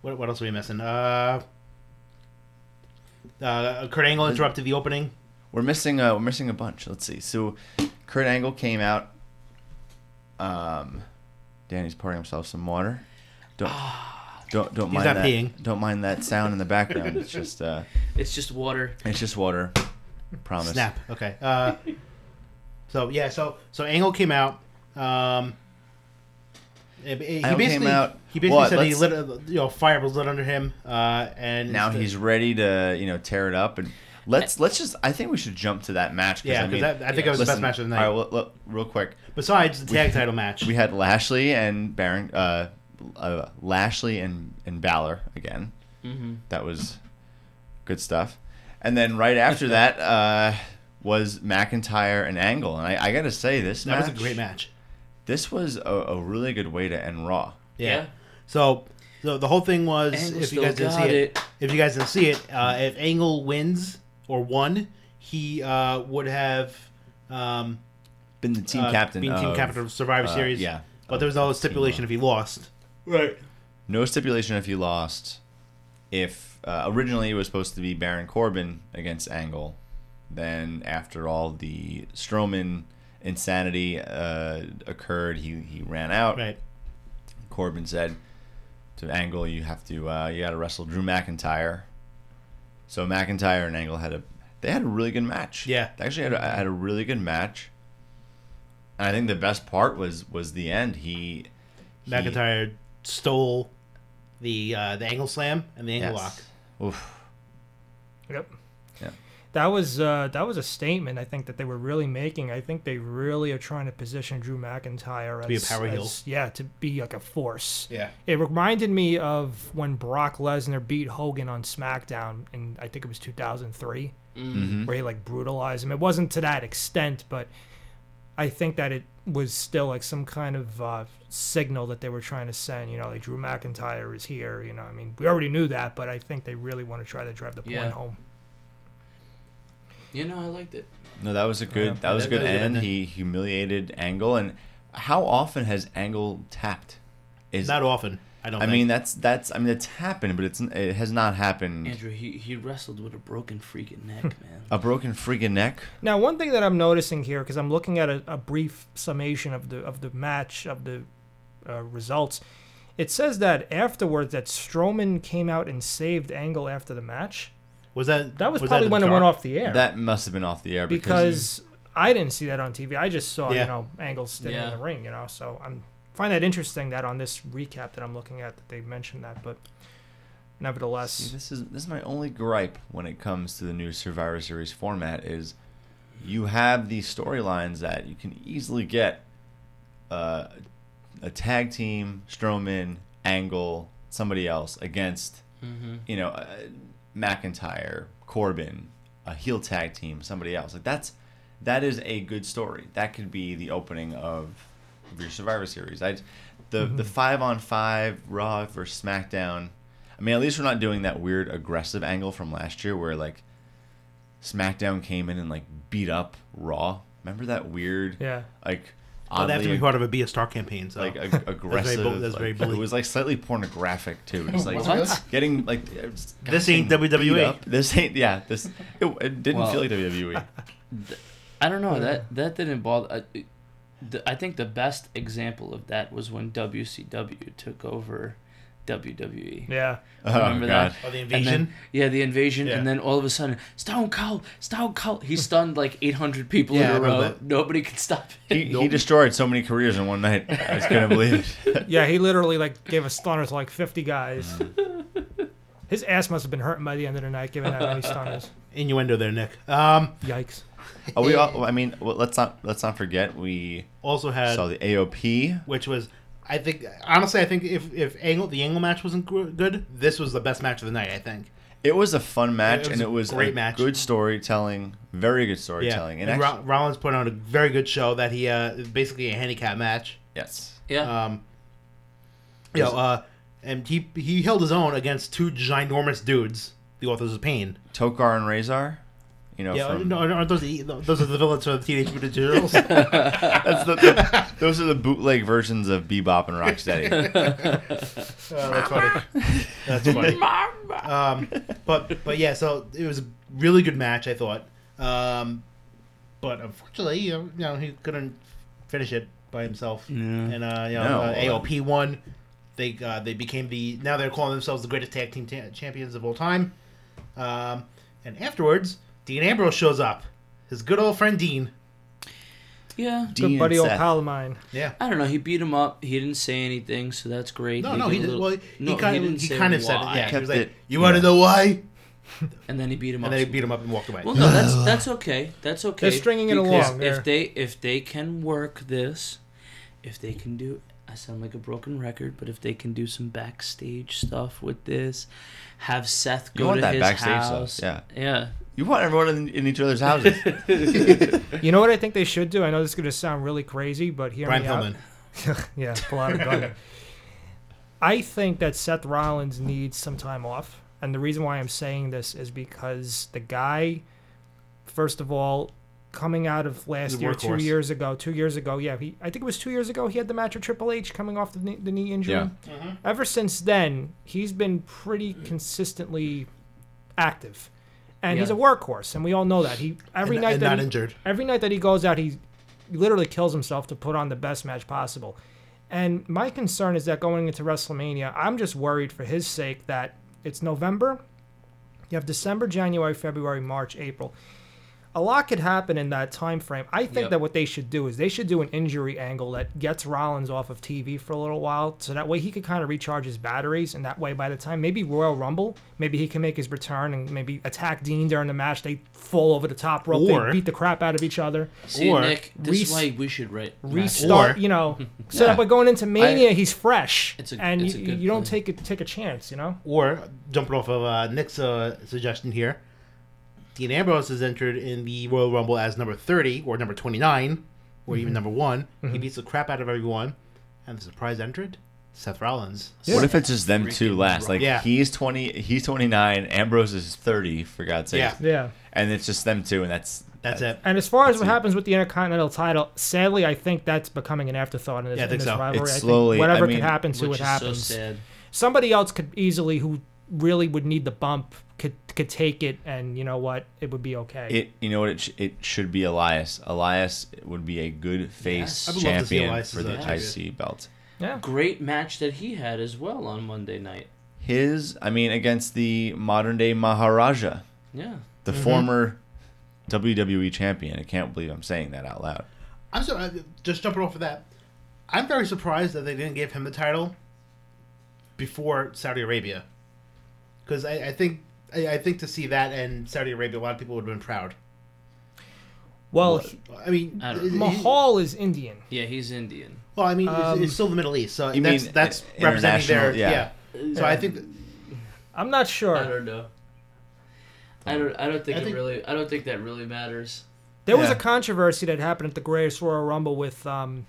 what, what else are we missing? Uh, uh, Kurt Angle interrupted the opening. We're missing a we're missing a bunch. Let's see. So, Kurt Angle came out. Um, Danny's pouring himself some water. Don't don't don't mind Ah, not that. peeing. Don't mind that sound in the background. It's just uh, it's just water. it's just water. Promise. Snap. Okay. Uh, [laughs] so yeah. So so Angle came out. Um, eh, eh, he Angle came basically out- he basically what, said he let's- lit a, you know fire was lit under him. Uh, and Now instead- he's ready to you know tear it up and let's let's just I think we should jump to that match. yeah. I 'cause mean, that, I think it was the best match of the night. All right, well, look, real quick. Besides the tag title match. We had Lashley and Baron, uh, uh, Lashley and and Balor again. Mm-hmm. That was good stuff. And then right after that [laughs] uh, was McIntyre and Angle, and I, I got to say this that match, was a great match. This was a, a really good way to end Raw. Yeah. Yeah. So, so the whole thing was Angle if you still guys didn't see got it, it. if you guys didn't see it, uh, if Angle wins or won, he uh, would have um, Been the team uh, captain. been team of- captain of Survivor uh, Series. yeah, but of there was no Team stipulation Raw. if he lost. Right. No stipulation if you lost. If uh, originally it was supposed to be Baron Corbin against Angle, then after all the Strowman insanity uh, occurred, he he ran out. Right. Corbin said to Angle, "You have to, uh, you got to wrestle Drew McIntyre." So McIntyre and Angle had a, they had a really good match. Yeah. they actually had a, had a really good match. And I think the best part was was the end. He, he- McIntyre stole the uh, the Angle Slam and the Angle yes. Lock. Oof. Yep. Yeah. That was uh, that was a statement I think that they were really making. I think they really are trying to position Drew McIntyre as be a power heel. as- Yeah, to be like a force. Yeah. It reminded me of when Brock Lesnar beat Hogan on SmackDown, and I think it was 2003, Mm-hmm. where he like brutalized him. It wasn't to that extent, but I think that it was still like some kind of uh, signal that they were trying to send. You know, like Drew McIntyre is here. You know, I mean, we already knew that, but I think they really want to try to drive the point Yeah. home. You know, I liked it. No, that was a good. that was a that good was a good end. end. He humiliated Angle, and how often has Angle tapped? Is Not often. I don't. I think. mean, that's that's. I mean, it's happened, but it's it has not Mm. happened. Andrew, he, he wrestled with a broken freaking neck, man. A broken freaking neck. Now, one thing that I'm noticing here, because I'm looking at a, a brief summation of the of the match of the uh, results, it says that afterwards that Strowman came out and saved Angle after the match. was that That was, was probably in when the it went dark? off the air That must have been off the air because, because I didn't see that on TV. I just saw Yeah. you know Angle standing Yeah. in the ring, you know. So I'm find that interesting that on this recap that I'm looking at that they mentioned that, but See, nevertheless, this is this is my only gripe when it comes to the new Survivor Series format is you have these storylines that you can easily get uh, a tag team Strowman Angle somebody else against you know uh, McIntyre Corbin a heel tag team somebody else like that's that is a good story that could be the opening of of your Survivor Series. I, the Mm-hmm. the five on five Raw versus SmackDown. I mean, at least we're not doing that weird aggressive angle from last year where like SmackDown came in and like beat up Raw. Remember that weird Yeah. like Well, they have to oddly Oh, be part of a Be a Star campaign. So like [laughs] ag- aggressive. bo- that's like, very it bleak. was like slightly pornographic too. It's like What? getting like it's This ain't E. getting beat WWE. up. This ain't yeah. This it, it didn't Well- feel like E. WWE. I don't know Mm. that that didn't bother. I, it- the, I think the best example of that was when WCW took over WWE. Yeah. Oh Remember god. that? Or the And invasion. then, yeah, the invasion, Yeah. and then all of a sudden, Stone Cold, Stone Cold. He stunned like 800 people Yeah, I in a remember row. that. Nobody could stop it. He, he destroyed so many careers in one night. I was gonna believe it. Yeah, he literally like gave a stunner to like 50 guys. His ass must have been hurting by the end of the night, giving that many stunners. Innuendo there, Nick. Um, Yikes. [laughs] Are we all, I mean, well, let's not let's not forget we also had saw the AOP. which was I think honestly I think if if Angle the Angle match wasn't gr- good, this was the best match of the night. I think. It was a fun match, It was and a it was great a match. good storytelling, very good Yeah, storytelling, and and, actually, Roll- Rollins put on a very good show that he uh basically a handicap match. yes, Yeah. Um, you know, uh, and he he held his own against two ginormous dudes, the authors of pain. Tokar and Razor. You know, Yeah, from, no, aren't those the, those are the villains from Teenage Mutant Ninja [laughs] Turtles? [laughs] that's the, the- those are the bootleg versions of Bebop and [laughs] Rocksteady. Uh, that's funny. That's [laughs] funny. um, but but yeah, so it was a really good match, I thought. Um, but unfortunately, you know, you know, he couldn't finish it by himself. And uh, you know, No. uh, AOP won. They uh, they became the now they're calling themselves the greatest tag team ta- champions of all time. Um, and afterwards, Dean Ambrose shows up, his good old friend Dean. yeah. Dean Good buddy, and old Seth. pal of mine. Yeah. I don't know. He beat him up. He didn't say anything, so that's great. No, no, did he a did. little- Well, No, he kind of didn't he say kind of said it. why. Yeah, he Kept was like, it- "You want to yeah. know why?" And then he beat him And up. then he beat him up and walked away. Well, [sighs] no, that's that's okay. That's okay. stringing it because along, yeah. If they if they can work this, if they can do, I sound like a broken record, but if they can do some backstage stuff with this, have Seth You go want to that his backstage stuff, house. yeah. Yeah. You want everyone in, in each other's [laughs] houses. You know what I think they should do? I know this is going to sound really crazy, but hear Brian me Pillman. out. [laughs] yeah, pull out a gun. I think that Seth Rollins needs some time off. And the reason why I'm saying this is because the guy, first of all, coming out of last The year, two workhorse. years ago, two years ago, yeah, he, I think it was two years ago, he had the match with Triple H coming off the knee, the knee injury. Yeah. Mm-hmm. Ever since then, he's been pretty consistently active. And he's a Yeah. workhorse, and we all know that. He every And- night and that not he- injured. Every night that he goes out, he literally kills himself to put on the best match possible. And my concern is that going into WrestleMania, I'm just worried for his sake that it's November. You have December, January, February, March, April. A lot could happen in that time frame. I think Yep. that what they should do is they should do an injury angle that gets Rollins off of TV for a little while, so that way he could kind of recharge his batteries, and that way by the time maybe Royal Rumble, maybe he can make his return and maybe attack Dean during the match. They fall over the top rope, Or- they beat the crap out of each other, See, Or Nick, this res- is why we should write. restart. Or- you [laughs] know, so that by going into Mania, he's fresh, It's a- and it's you, a good you don't plan. take a take a chance. You know, Or jumping off of uh, Nick's uh, suggestion here, Dean Ambrose is entered in the Royal Rumble as number thirty or number twenty nine, or even number one. He beats the crap out of everyone, and the surprise entrant, Seth Rollins. What if it's just them two Freaking last? Like Yeah. he's twenty, he's twenty nine. Ambrose is thirty. For God's sake. Yeah. yeah. And it's just them two, and that's That's it. And as far as That's what it. happens with the Intercontinental title, sadly, I think that's becoming an afterthought in this, Yeah, I in think this so. rivalry. It's I think slowly- I whatever mean, could happen Which to what is happens. so sad. Somebody else could easily, who really would need the bump, could could take it, and you know what, it would be okay. it. You know what? It, sh- it should be Elias. Elias would be a good face Yes. I would love to see champion Elias for as the a champion. IC belt. yeah, Great match that he had as well on Monday night. His, I mean, against the modern day Maharaja, Yeah. the former WWE champion. I can't believe I'm saying that out loud. I'm so, uh, just jumping off of that. I'm very surprised that they didn't give him the title before Saudi Arabia, because I, I think I, I think to see that and Saudi Arabia, a lot of people would have been proud. well, I mean, I don't it- it- Mahal is Indian. Yeah, he's Indian. Well, I mean, Um, it's, it's still the Middle East, so You that's mean that's i- representing their international, yeah. So I think I'm not I sure. don't know. I don't. I don't think I it think- really. I don't think that really matters. There was Yeah. a controversy that happened at the Greatest Royal Rumble with, um,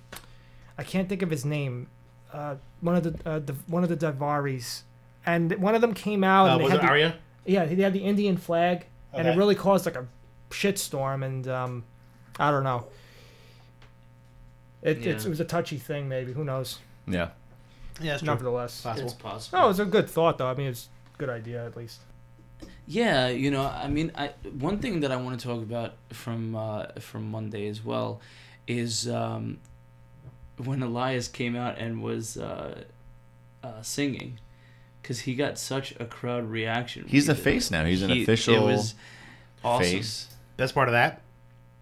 I I can't think of his name. Uh, one of the, uh, the one of the Daivaris, and one of them came out. Uh, and Oh, they was had it the- Arya? yeah, they had the Indian flag, and it Okay. really caused like a shitstorm. And um, I don't know. It, it's, Yeah. it was a touchy thing, maybe. Who knows? Yeah. Yeah, that's true. Nevertheless, Possible. It's possible. no, it's a good thought though. I mean, it's a good idea at least. Yeah, you know, I mean, I one thing that I want to talk about from uh, from Monday as well is um, when Elias came out and was uh, uh, singing because he got such a crowd reaction. when He's he a did face that. now. He's an He- official It was awesome. face. Best part of that,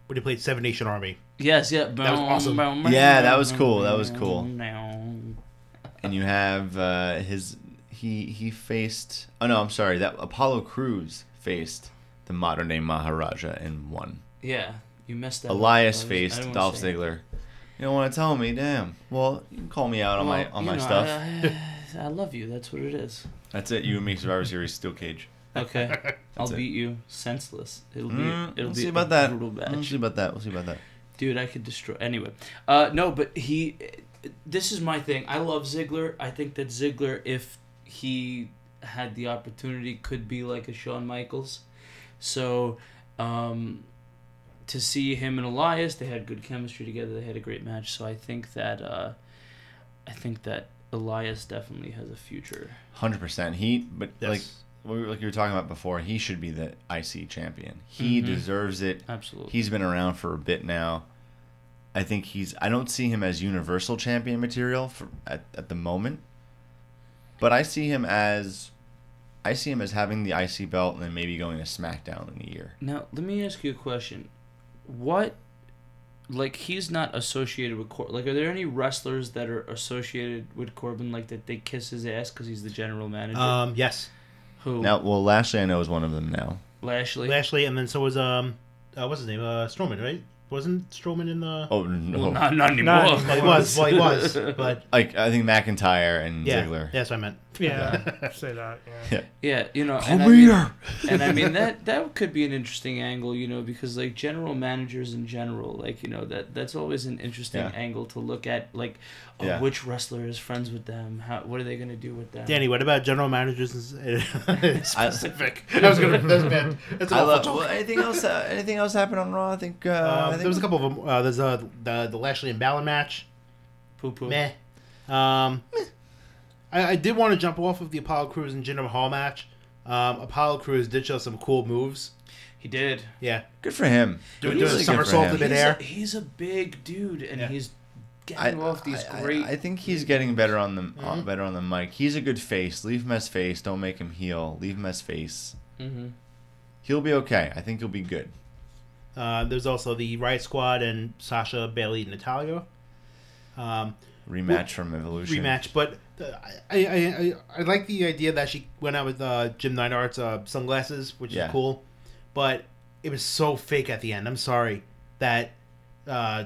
when he played Seven Nation Army. Yes, yeah, That was awesome. Yeah, that was cool, that was cool. And you have uh, his he he faced oh no, I'm sorry, that Apollo Cruz faced the modern day Maharaja in one. Yeah, you messed that. Elias up. I was- I faced didn't wanna Dolph say it. Ziggler. You don't want to tell me, damn. Well, you can call me out on my Well, on you my know, stuff. I, I love you. That's what it is. That's it. You and me, Survivor Series, Steel Cage. [laughs] Okay, I'll it. beat you senseless. It'll be Mm, it'll we'll be see a about that. brutal We'll match, see about that. We'll see about that. dude. I could destroy anyway. Uh, no, but he. This is my thing. I love Ziggler. I think that Ziggler, if he had the opportunity, could be like a Shawn Michaels. So, um, to see him and Elias, they had good chemistry together. They had a great match. So I think that uh, I think that Elias definitely has a future. Hundred percent. He, but Yes. like we were- like you were talking about before, he should be the IC champion. He Mhm. deserves it. Absolutely. He's been around for a bit now. I think he's. I don't see him as universal champion material for, at at the moment, but I see him as, I see him as having the IC belt and then maybe going to SmackDown in a year. Now, let me ask you a question. What, like, he's not associated with Corbin. Like, are there any wrestlers that are associated with Corbin, like, that they kiss his ass because he's the general manager? Um, yes, Who? Now, well, Lashley I know is one of them now. Lashley? Lashley, and then so was um, uh, what's his name? Uh, Strowman, right? Wasn't Strowman in the? Oh no! Well, not, not anymore. Not Oh, [laughs] Well, he was. Well, he was. [laughs] But Like I think McIntyre and yeah, Ziggler. that's what I meant. Yeah, say that. Yeah. [laughs] yeah, you know. Come and I mean- here! and I mean that that could be an interesting angle, you know, because like general managers in general, like you know that that's always an interesting Yeah. angle to look at, like oh, Yeah. which wrestler is friends with them, how what are they gonna do with them? Danny, what about general managers in [laughs] in I- [laughs] specific? I, was gonna. That's bad. That's an I awful love. joke. Well, anything else? Uh, anything else happened on Raw? I think. Uh, I Um, think there was a couple of them. Uh, there's uh, the the Lashley and Balor match. Poo poo. Meh. Um, I, I did want to jump off of the Apollo Crews and Jinder Mahal match. Um, Apollo Crews did show some cool moves. He did. Yeah, Good for him. doing, He's doing a a good somersault for in him. he's, midair. A, he's a big dude, and Yeah. he's I, getting off these I- I- great. I, think he's getting better on the Mm-hmm. uh, better on the mic. He's a good face. Leave him as face. Don't make him heel. Leave him as face. Mhm. He'll be okay. I think he'll be good. Uh, there's also the Riot Squad and Sasha, Bailey, and Natalia um, Rematch from Evolution. rematch. But uh, I, I, I, I like the idea that she went out with uh, Jim Nineart's uh, sunglasses, which Yeah. is cool. But it was so fake at the end. I'm sorry that uh,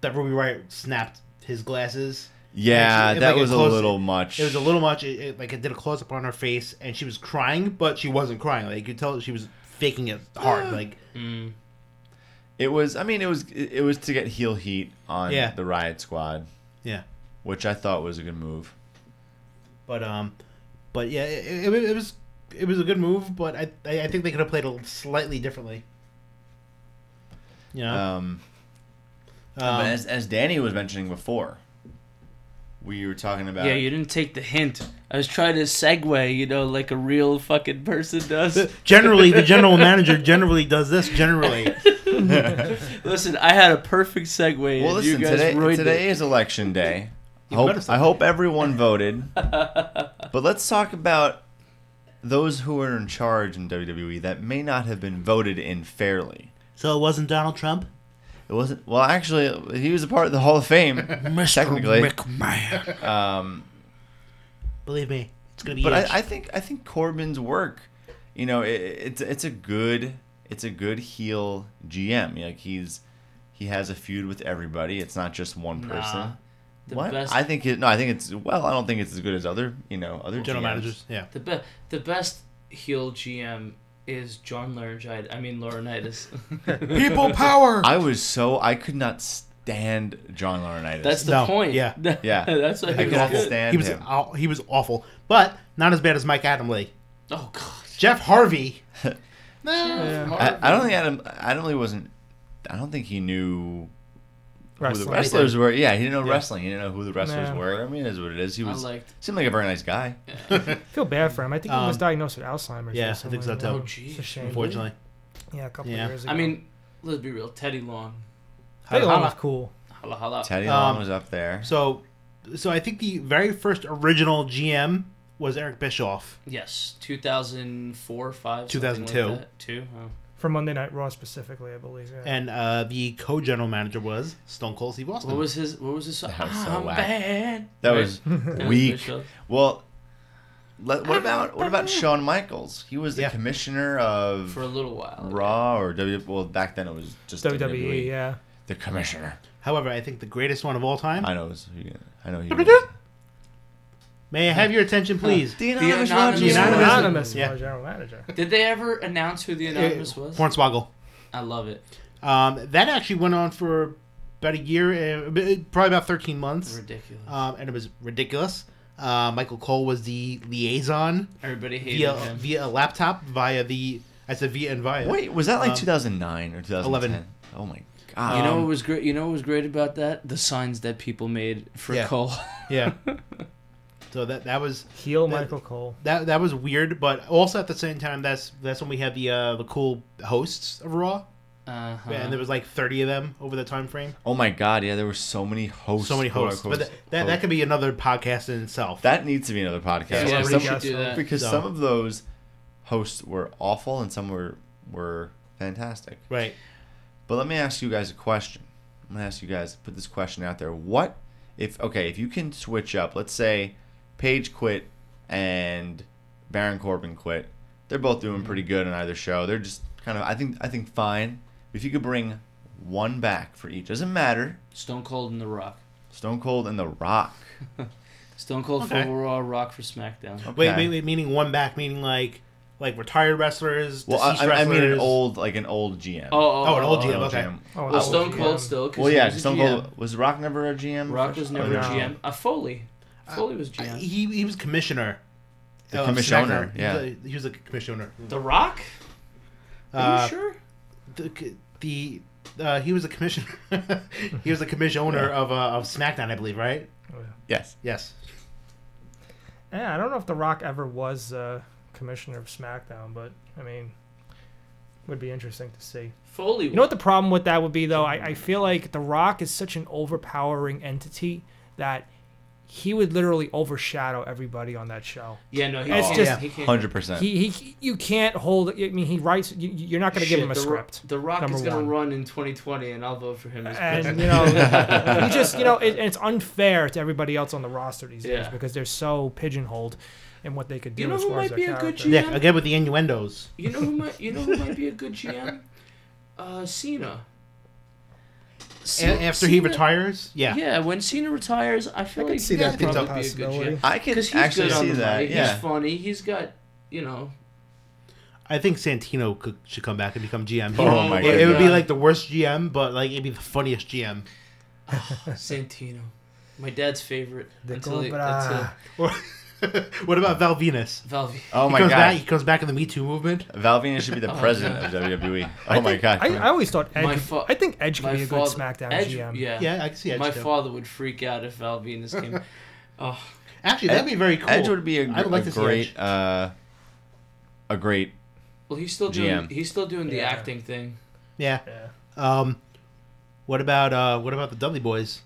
that Ruby Riot snapped his glasses. Yeah, If I that get was close- a little much. It was a little much. It, it- like it did a close up on her face, and she was crying, but she wasn't crying. Like you could tell she was faking it hard. Like Mm. It was. I mean, it was. It it was to get heel heat on Yeah. the Riot Squad, yeah. which I thought was a good move. But um, but yeah, it, it, it was it was a good move, but I I I think they could have played it slightly differently. You know, Um, Um, but as, as Danny was mentioning before, we were talking about Yeah, you didn't take the hint. I was trying to segue, you know, like a real fucking person [laughs] does. generally the general manager generally does this generally. listen, I had a perfect segue. Well, and listen, you guys today, ruined today it. is election day. I better hope, say I hope [laughs] everyone voted. but let's talk about those who are in charge in WWE that may not have been voted in fairly. So it wasn't Donald Trump. It wasn't, well, actually, he was a part of the Hall of Fame, [laughs] technically. Um, Believe me, it's gonna be. but huge. I, I think I think Corbin's work, you know, it, it's it's a good it's a good heel GM. Like he's he has a feud with everybody. It's not just one Nah. person. The what best- I think it, no, I think it's well. I don't think it's as good as other you know other general GMs. managers. Yeah. The best, the best heel GM is John Laurinaitis. I mean Laurinaitis. [laughs] People power. I was so I could not stand John Laurinaitis. [laughs] That's the No, point. yeah. Yeah. [laughs] That's what I he was cannot good. stand he was him. aw- he was awful, but not as bad as Mike Adamley. Oh god. Jeff Harvey. no. I, I don't think Adam Adam Lee wasn't. I don't think he knew who the Wrestling. wrestlers were. Yeah, he didn't know wrestling. He didn't know who the wrestlers Nah. were. I mean, it is what it is. He I was liked- seemed like a very nice guy. I feel bad for him. I think he was Um, diagnosed with Alzheimer's. yeah, or I something think so, like too. that. Oh It's a jeez. shame. Unfortunately, Yeah, a couple Yeah. of years ago. I mean, let's be real. Teddy Long. Teddy I- Long I- was cool. Holla holla. Teddy Um, Long was up there. so so I think the very first original GM was Eric Bischoff. Yes, 2004, 5, something 2002. Like that. Two. Oh. For Monday Night Raw specifically, I believe. Yeah. And uh, the co-general manager was Stone Cold Steve Austin. What was his? What was his song? Ah, That was so I'm whack. bad. that Right? [laughs] was That was weak. Bishop. Well, let, what about what about Shawn Michaels? He was the Yeah. commissioner of for a little while. Raw or W. Well, back then it was just WWE, WWE. E, yeah. The commissioner. However, I think the greatest one of all time. I know. it Was, I know. He was, May I have your attention, please? the Anonymous Ron He's Yeah. not Yeah. anonymous Yeah. yeah. general manager. Did they ever announce who the anonymous Uh, was? Hornswoggle. I love it. Um, that actually went on for about a year, uh, probably about 13 months, Ridiculous. um, and it was ridiculous. Uh, Michael Cole was the liaison Everybody hated via him. via a laptop via the I said via and via. Wait, was that like Um, 2009 or 2010? 11. Oh my god. you know um, what was great? You know what was great about that? The signs that people made for Yeah. Cole. Uh-huh. [laughs] Yeah. so that that was Heel That- Michael Cole. that that was weird, but also at the same time, that's that's when we had the uh, the cool hosts of Raw, Uh-huh. and there was like 30 of them over the time frame. Oh my god, yeah, there were so many hosts. So many quote, hosts, but unquote, that that, that hosts. could be another podcast in itself. That needs to be another podcast. yeah, Yeah, we some- should do that. because So- some of those hosts were awful and some were were fantastic. right. But let me ask you guys a question. I'm gonna ask you guys put this question out there. What if okay, if you can switch up, let's say Paige quit and Baron Corbin quit. They're both Mm-hmm. doing pretty good on either show. They're just kind of I think I think fine. If you could bring one back for each, doesn't matter. Stone Cold and The Rock. Stone Cold and The Rock. Stone Cold Okay. for Raw, Rock for SmackDown. Wait, Okay. wait, wait, meaning one back, meaning like like retired wrestlers, Well, I, deceased I, I mean an wrestlers. old like an old GM. Oh, oh, Oh, an old oh, GM, An okay. Oh, Oh, that well, was- Stone yeah. Cold still. 'cause Well, he yeah, was a Stone GM. Cold was Rock never a GM. Rock was never no. a GM. A Foley. Foley was I- GM. he he was commissioner. The of commissioner, SmackDown. yeah. he was a, he was a commissioner. the Rock? Are Uh, you sure? The, the uh, he was a commissioner. [laughs] he was a commissioner of uh, of SmackDown, I believe, right? Yes. Yes. Yeah, I don't know if The Rock ever was uh, commissioner of SmackDown, but I mean, would be interesting to see. Foley. You know what the problem with that would be though? I, I feel like The Rock is such an overpowering entity that he would literally overshadow everybody on that show. yeah, no, he It's can't. just- he can't. Hundred percent. He, he you can't hold. I mean, he writes. You, you're not going to give Shit, him a the, Ro- script. The Rock number is going one. Uh, to run in 2020, and I'll vote for him as and president. you [laughs] know, you just you know, it, and it's unfair to everybody else on the roster these days Yeah. because they're so pigeonholed in what they could do. You know as who far as their might be a good character. GM? Yeah. Again with the innuendos. You know who might you know who might be [laughs] a good GM? Uh, Cena. A- Ce- after he Cena- retires, yeah. Yeah. when Cena retires, I feel could like see he that could being a probably be a good possibility. GM. I can Because he's actually good on see the that. mic. Yeah. He's funny. He's got you know. I think Santino could, should come back and become GM. Oh my it, it would be God. like the worst GM, but like it'd be the funniest GM. Santino, my dad's favorite. The until he, Cobra. until what about Val Venus? Valve. Oh he my comes god. back. He comes back in the Me Too movement. Val Venus should be [laughs] Oh, the president of WWE. Oh my god. I, I always thought My Edge. fa- I think Edge could my be a good father- SmackDown Edge- GM. Yeah. Yeah, I can see Edge. my too. father would freak out if Val Venus [laughs] came. oh, Actually, that'd be very cool. Edge would be a, I would gr- like a to see great, Edge. uh, a great. well, he's still doing. GM. He's still doing the Yeah. acting thing. Yeah. Yeah. Um, what about uh, what about the Dudley Boys?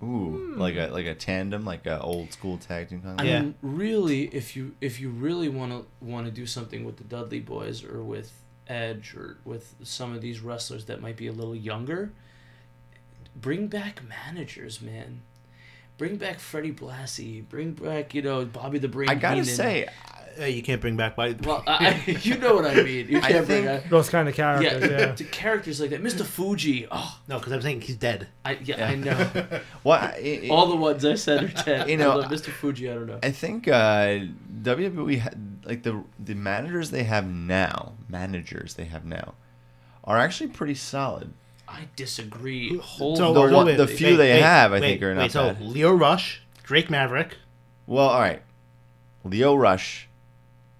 Hmm. Ooh, like a like a tandem, like a old school tag team kind of. I Yeah. mean, really, if you if you really want to want to do something with the Dudley Boys or with Edge or with some of these wrestlers that might be a little younger, bring back managers, man. Bring back Freddie Blassie. Bring back you know Bobby the Brain. I gotta Heenan. say, Uh, you can't bring back by. well, I, [laughs] I- you know what I mean. You I can't bring think- Those kind of back- characters. yeah, Yeah. to [laughs] characters like that, Mr. Fuji. Oh, no, because I'm saying he's dead. I, yeah, I know. [laughs] what it, All the ones I said are dead. You You know, know, Mr. Fuji. I don't know. I think uh, WWE had like the the managers they have now, managers they have now, are actually pretty solid. I disagree The, wholeheartedly. Hold one, wait, the wait, few wait, they wait, have, I wait, think, are not wait, so bad. Leo Rush, Drake Maverick. Well, all right. Leo Rush,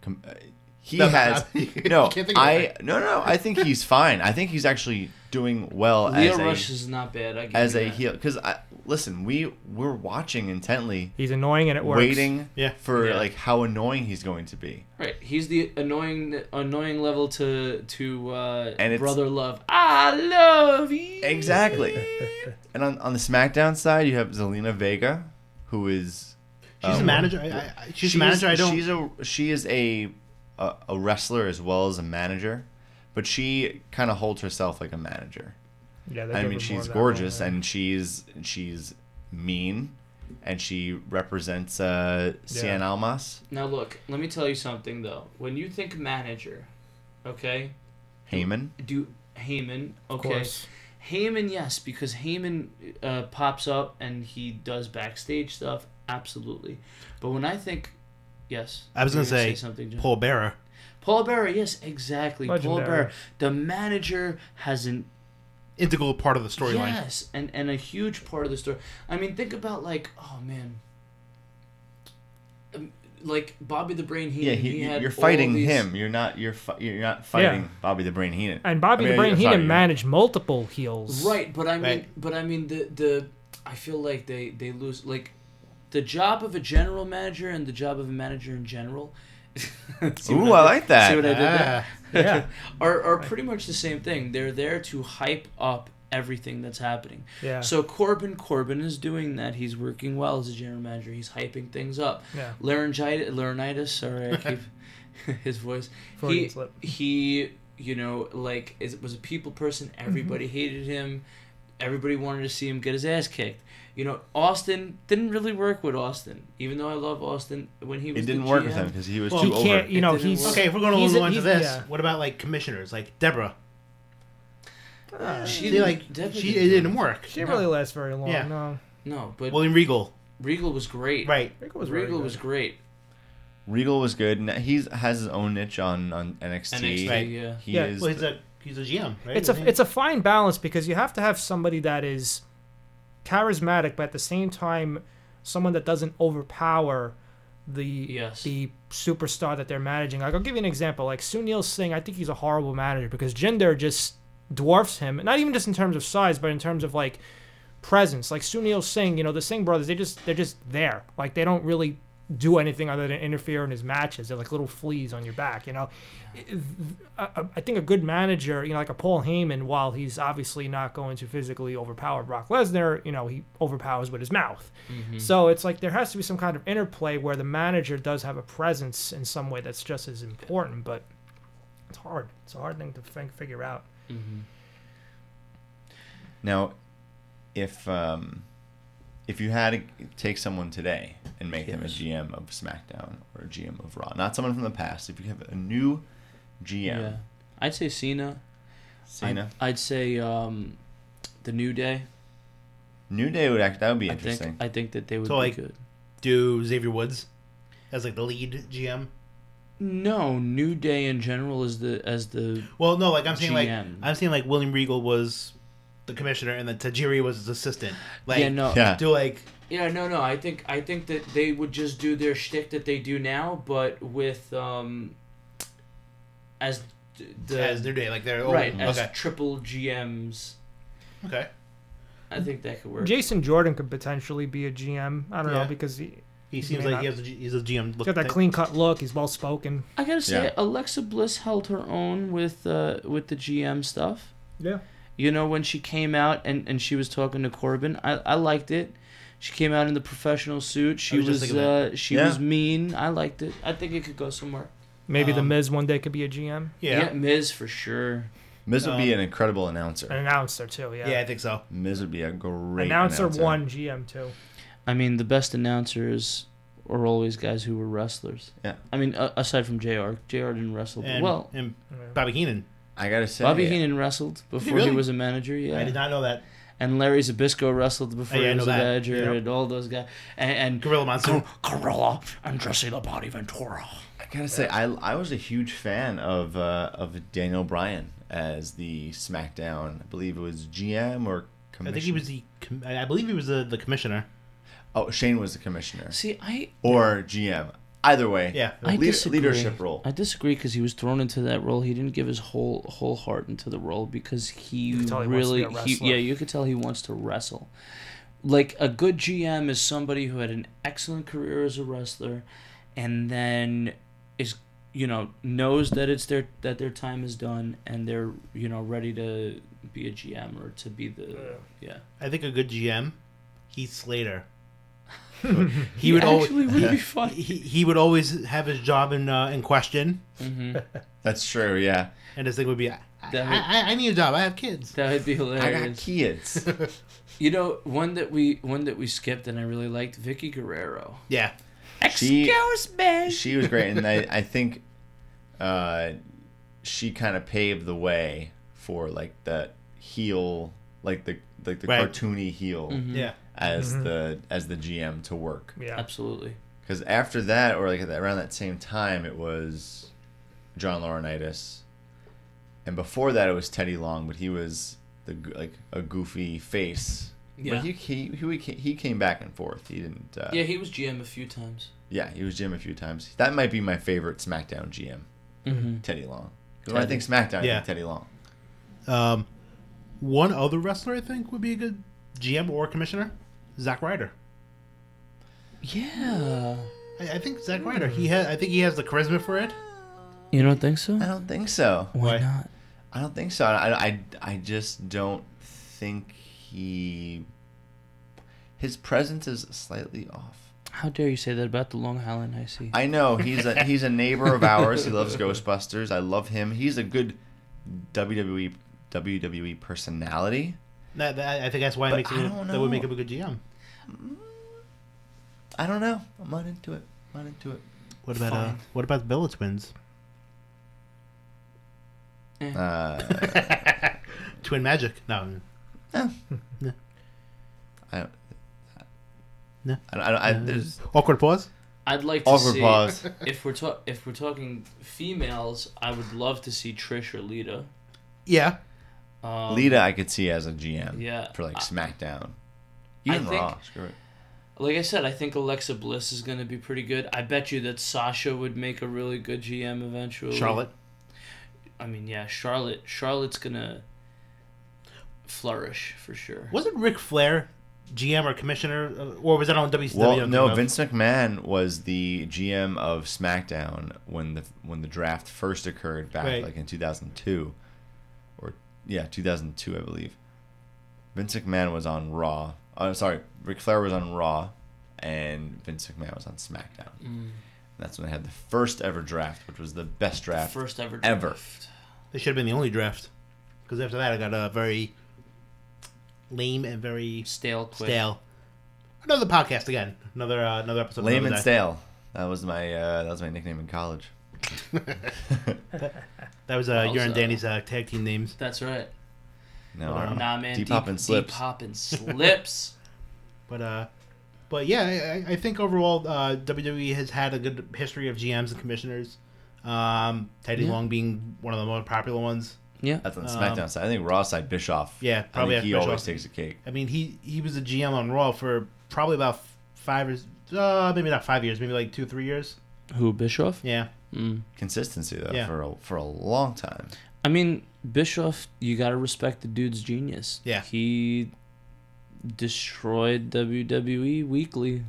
com- uh, he No, no, has no. no. [laughs] You can't think of I it. no no. I think [laughs] he's fine. I think he's actually doing well Leo as Rush a is not bad. I give as you a that. heel. Because listen, we we're watching intently, He's annoying and it works. waiting Yeah. for Yeah. like how annoying he's going to be. Right, he's the annoying annoying level to to uh, And it's- brother love. I love you. [laughs] Exactly. and on on the SmackDown side, you have Zelina Vega, who is She's um, a manager. I, I, I- she's, a manager. I don't. She's a she is a a, a wrestler as well as a manager, but she kind of holds herself like a manager. Yeah, they I give her more mean, of she's that gorgeous role, yeah. and she's she's mean, and she represents uh, Cien Almas. Now look, let me tell you something though. When you think manager, okay, Heyman. do Heyman, Of okay, course. Heyman, yes, because Heyman uh, pops up and he does backstage stuff, absolutely. But when I think, yes, I was you're gonna say, something. Jim. Paul Bearer. Paul Bearer, yes, exactly. Paul Legendary. Bearer, the manager, has an Integral part of the storyline. Yes, and and a huge part of the story. I mean, think about like, oh man, Um, like Bobby the Brain Heenan. Yeah, he, he, had you're all fighting these- him. You're not. You're fi- you're not fighting Bobby the Brain Heenan. And Bobby I mean, the Brain sorry, Heenan you're- managed multiple heels. Right, but I mean, Right. but I mean the the I feel like they they lose like the job of a general manager and the job of a manager in general. [laughs] See what Ooh, I did- like that. See what I did there? Ah, Yeah. Are are pretty much the same thing. They're there to hype up everything that's happening. Yeah. [laughs] So Corbin Corbin is doing that. He's working well as a general manager. He's hyping things up. Yeah. Laryngitis, laryngitis. Sorry, I keep [laughs] his voice. Freudian he slip. he, you know, like is, was a people person. Mm-hmm. Everybody hated him. Everybody wanted to see him get his ass kicked. You know, Austin didn't really work with Austin, even though I love Austin when he was. It the didn't work with GM. him because he was Well, He too over. can't, you know, It didn't he's. work. okay, if we're going to He's move a- on to he's- this, yeah. what about like commissioners, like Deborah? She Uh, She didn't- like definitely she didn't it didn't work. She really lasts very long. Yeah. No. No, but William Regal, Regal was great. right? Regal was very Regal good. was great. Regal was good. and He has his own niche on on NXT. NXT, Right. yeah. He Yeah. is. Well, he's a he's a GM, right? it's a it's a fine balance because you have to have somebody that is charismatic, but at the same time, someone that doesn't overpower the Yes. the superstar that they're managing. Like I'll give you an example. Like Sunil Singh, I think he's a horrible manager because Jinder just dwarfs him. Not even just in terms of size, but in terms of like presence. Like Sunil Singh, you know, the Singh brothers, they just they're just there. Like they don't really do anything other than interfere in his matches. They're like little fleas on your back, you know. I- I I think a good manager, you know, like a Paul Heyman, while he's obviously not going to physically overpower Brock Lesnar, you know, he overpowers with his mouth. Mm-hmm. So it's like there has to be some kind of interplay where the manager does have a presence in some way that's just as important, but it's hard. It's a hard thing to think, figure out. Mm-hmm. Now, if um, if you had to take someone today and make them a Yes. GM of SmackDown or a GM of Raw, not someone from the past, if you have a new GM, I'd say Cena. Cena, I'd, I'd say um, the New Day. New Day would act. That would be I interesting. think I think that they would So, be like- good. do Xavier Woods as like the lead GM. No, New Day in general is the as the Well, no, like I'm saying, like GM. I'm saying, like William Regal was the commissioner, and then Tajiri was his assistant. Like, yeah no yeah, do like yeah no no I think I think that they would just do their shtick that they do now, but with um as d- the as New Day, like they're oh, right as okay, triple GMs. okay. I think that could work. Jason Jordan could potentially be a GM. I don't know Yeah. because he, He You seems mean like he that- has a, G- he's a GM. he's Look got that clean cut look. He's well spoken. I gotta say, Yeah. Alexa Bliss held her own with uh, with the GM stuff. Yeah. You know, when she came out and, and she was talking to Corbin, I, I liked it. She came out in the professional suit. She I was was, just thinking uh, she Yeah. was mean. I liked it. I think it could go somewhere. Maybe the Um, Miz one day could be a GM. Yeah. Miz for sure. Miz would be Um, an incredible An announcer. announcer too, yeah. yeah, I think so. Miz would be a great announcer, announcer. one, GM two. I mean, the best announcers are always guys who were wrestlers. Yeah. I mean, uh, aside from Jr. Jr. didn't wrestle. And, well, and Yeah. Bobby Heenan, I gotta say, Bobby Heenan wrestled before he really? was a manager. Yeah. I did not know that. And Larry Zabisco wrestled before Oh, yeah, I he was a know that. manager, Yep. and all those guys. And, Gorilla Monsoon. [laughs] and Gorilla and Jesse the Body Ventura. I gotta say, I I was a huge fan of uh, of Daniel Bryan as the SmackDown. I believe it was GM or commissioner. I think he was the. Com- I I believe he was the, the commissioner. Oh, Shane was the commissioner See, I or GM. Either way, Yeah. the I leader- disagree. leadership role. I disagree because he was thrown into that role. He didn't give his whole whole heart into the role because he could tell he wants to really be a he, wrestler. yeah you could tell he wants to wrestle. Like a good GM is somebody who had an excellent career as a wrestler, and then is you know knows that it's their that their time is done and they're you know ready to be a GM or to be the yeah. I think a good GM, Heath [laughs] Slater. He, would always- actually [laughs] would be funny. He, he would always have his job in uh, in question, hmm That's true. Yeah, and his thing would be, I, I, That would- I, I need a job. I have kids. That would be I hilarious. got kids. [laughs] You know, one that we one that we skipped and I really liked, Vicky Guerrero. Yeah. She- me. she was great, and I, I think uh, she kind of paved the way for like that heel, like the like the Right. Mm-hmm. cartoony heel Mm-hmm. Yeah. as the as the GM to work. Yeah. Absolutely. Because after that, or like at that, around that same time, it was John Laurinaitis, and before that, it was Teddy Long, but he was the g- like a goofy face. Yeah. But he, he he he came back and forth. He didn't. Uh, Yeah, he was GM a few times. Yeah, he was GM a few times. That might be my favorite SmackDown GM, Mm-hmm. Teddy Long. 'Cause When I Teddy. think SmackDown, I Yeah. think Teddy Long. Um, one other wrestler I think would be a good GM or commissioner, Zack Ryder. Yeah. I, I think Hmm. Zack Ryder. He has. I think he has the charisma for it. You don't think so? I don't think so. Why? not? I don't think so. I, I, I just don't think he. His presence is slightly off. How dare you say that about the Long Island I see. I know he's [laughs] a he's a neighbor of ours. He loves Ghostbusters. I love him. He's a good E, WWE WWE E personality. That, that- I think that's why it But makes I him- don't that would make know. him a good GM. I don't know. I'm not into it. I'm not into it. What about uh, Fine. what about the Bella twins? Uh, Twin magic? No. I don't. No. I, don't- I, don't- I, Mm-hmm. there's Awkward pause. I'd like to awkward [laughs] see pause. if we're ta- if we're talking females, I would love to see Trish or Lita. Yeah. Um, Lita, I could see as a GM. Yeah. For like I- SmackDown. I Even think- Raw. Screw it. Like I said, I think Alexa Bliss is going to be pretty good. I bet you that Sasha would make a really good GM eventually. Charlotte. I mean, yeah, Charlotte. Charlotte's gonna flourish for sure. Wasn't Ric Flair GM or commissioner, uh, or was that on WCW? I Well, don't no, know. Vince McMahon was the GM of SmackDown when the when the draft first occurred back Right. like in 2002 or yeah, 2002 I believe. Vince McMahon was on Raw. Oh, sorry, Ric Flair was on Raw and Vince McMahon was on SmackDown. Mm. That's when they had the first ever draft, which was the best draft. First ever Ever. draft. They should have been the only draft, because after that I got a very lame and very Stale quick. stale. Another podcast again. Another uh, another episode. Lame and another day. stale. That was my uh, that was my nickname in college. That was uh, your and Also- Danny's uh, tag team names. That's right. No, Wow. I don't know. Nah, man. Deep hop and slips. Deep [laughs] hop and slips. But uh, but yeah, I- I, I think overall uh, WWE has had a good history of GMs and commissioners. Um, Teddy Yeah. Long being one of the more popular ones. yeah. That's on the Um, SmackDown side. I think Raw side Bischoff. Yeah, probably I think he Bischoff. always takes a cake. I mean, he he was a GM on Raw for probably about five years, uh, maybe not five years, maybe like two three years. Who Bischoff? Yeah, Mm. Consistency though Yeah. for a, for a long time. I mean, Bischoff. You gotta respect the dude's genius. Yeah. He destroyed WWE weekly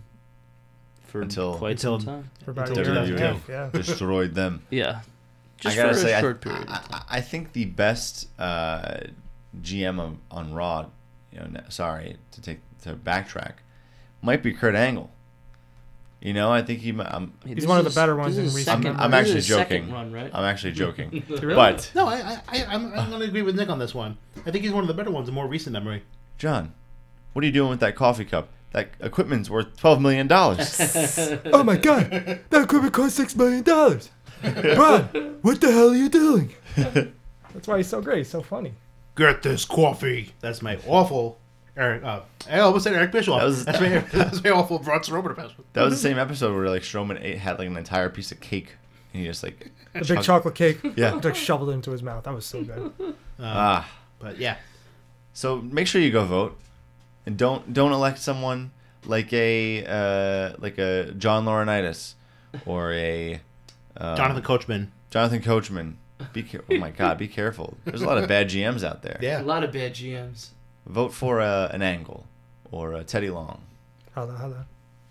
for Until- quite Until- some time. For about a Until year and a 2002. half. [laughs] Yeah. Destroyed them. Yeah. [laughs] Just I gotta for say, a I, short period. I, I- I think the best uh, GM on, on Raw, you know, n- sorry to take to backtrack, might be Kurt Angle. You know, I think he. mi- I'm, Hey, He's this one of is- the better this ones is in his recent I'm, second- I'm this actually is his second joking. Run, right? I'm actually [laughs] joking. Really? But no, I, I, I I'm, I'm gonna agree with Nick on this one. I think he's one of the better ones, a more recent memory. John, what are you doing with that coffee cup? That equipment's worth twelve million [laughs] dollars. Oh my god, that equipment cost six million [laughs] dollars. Bro, what the hell are you doing? That's why he's so great, he's so funny. Get this coffee. That's my awful. Eric, uh, I almost said Eric Bischoff. That was- that's, my, [laughs] that's my awful Braun Strowman impression. that was the same episode where like Strowman ate, had like an entire piece of cake And he just like The big Chuck- chocolate cake. [laughs] Yeah. Like shoveled it into his mouth. That was so good. ah. But yeah, So make sure you go vote, and don't don't elect someone like a uh, like a John Laurinaitis or a uh, Jonathan Coachman. Jonathan Coachman. Be care- oh my God, be careful. There's a lot of bad GMs out there. A Yeah. lot of bad GMs. Vote for uh, an Angle or a Teddy Long. Hold on, hold on.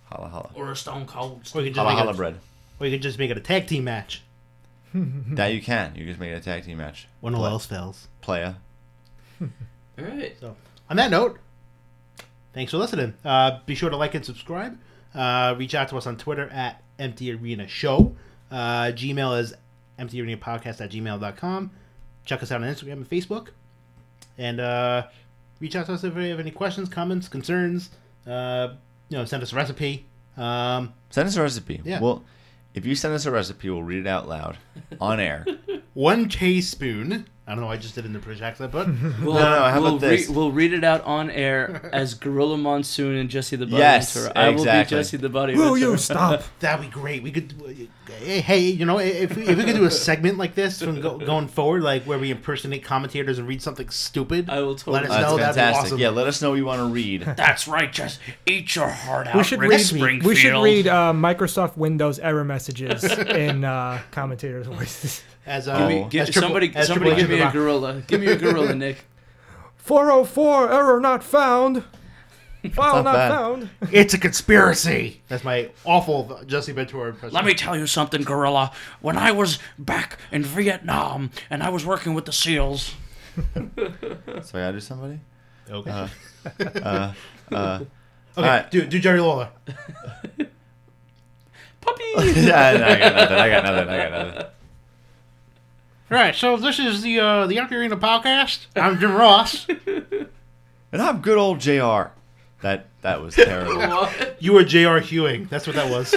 Holla holla. Or a Stone Cold. Or you could just, Holla make holla it, [laughs] bread. or you could just make it a tag team match That you can. You just make it a tag team match. when all Play- else fails. Playa. All right. So on that note, thanks for listening. Uh, be sure to like and subscribe. Uh, reach out to us on Twitter at Empty Arena Show. Uh, Gmail is emptyarenapodcast at gmail.com. Check us out on Instagram and Facebook. And uh, reach out to us if you have any questions, comments, concerns. Uh, you know, send us a recipe. Um, Send us a recipe. Yeah. Well, if you send us a recipe, we'll read it out loud on air. one teaspoon. I don't know. why I just did it in the British accent, but [laughs] We'll, no, how we'll about this? Re- we'll read it out on [laughs] air as Gorilla Monsoon and Jesse the Body. Yes, Ventura. I will be exactly. Jesse the Body. Will you [laughs] Ventura. stop? That'd be great. We could, hey, you know, if we, if we could [laughs] do a segment like this from go, going forward, like where we impersonate commentators and read something stupid. I will totally Let us do That's know. That'd be fantastic. awesome. Yeah, let us know what you want to read. That's right, Jess. Eat your heart out, We should Rick read. Springfield. We should read uh, Microsoft Windows error messages in uh, commentators' voices. [laughs] As Give uh, me- [laughs] Give- as triple- somebody, as somebody, Triple give H me a rock. gorilla. Give me a gorilla, Nick. 404 error not found. File not not bad. found. It's a conspiracy. That's my awful Jesse Ventura impression. Let me tell you something, Gorilla. When I was back in Vietnam and I was working with the SEALs, So I gotta do somebody? Okay. Uh. All right. [laughs] do do Jerry Lawler. Puppy. yeah, no, I got nothing. I got nothing. I got nothing. All right. So this is the uh, the Empty Arena podcast. I'm Jim Ross. And I'm good old JR. That that was terrible. [laughs] you were J.R. Hewing. That's what that was.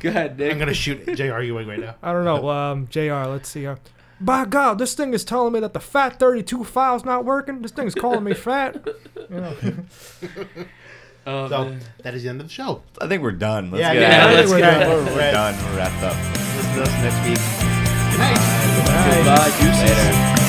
Go ahead, I'm Nick. gonna shoot J.R. Hewing right now. I don't know. Um, Jr. Let's see. Uh, by God, this thing is telling me that the Fat 32 file's not working. This thing's calling me fat. So Oh, man. that is the end of the show. I think we're done. Let's Yeah, get yeah, out of yeah, here. let's we're, get done. out We're, of here. we're done. We're wrapped up. Listen to us next week. Good night. Later.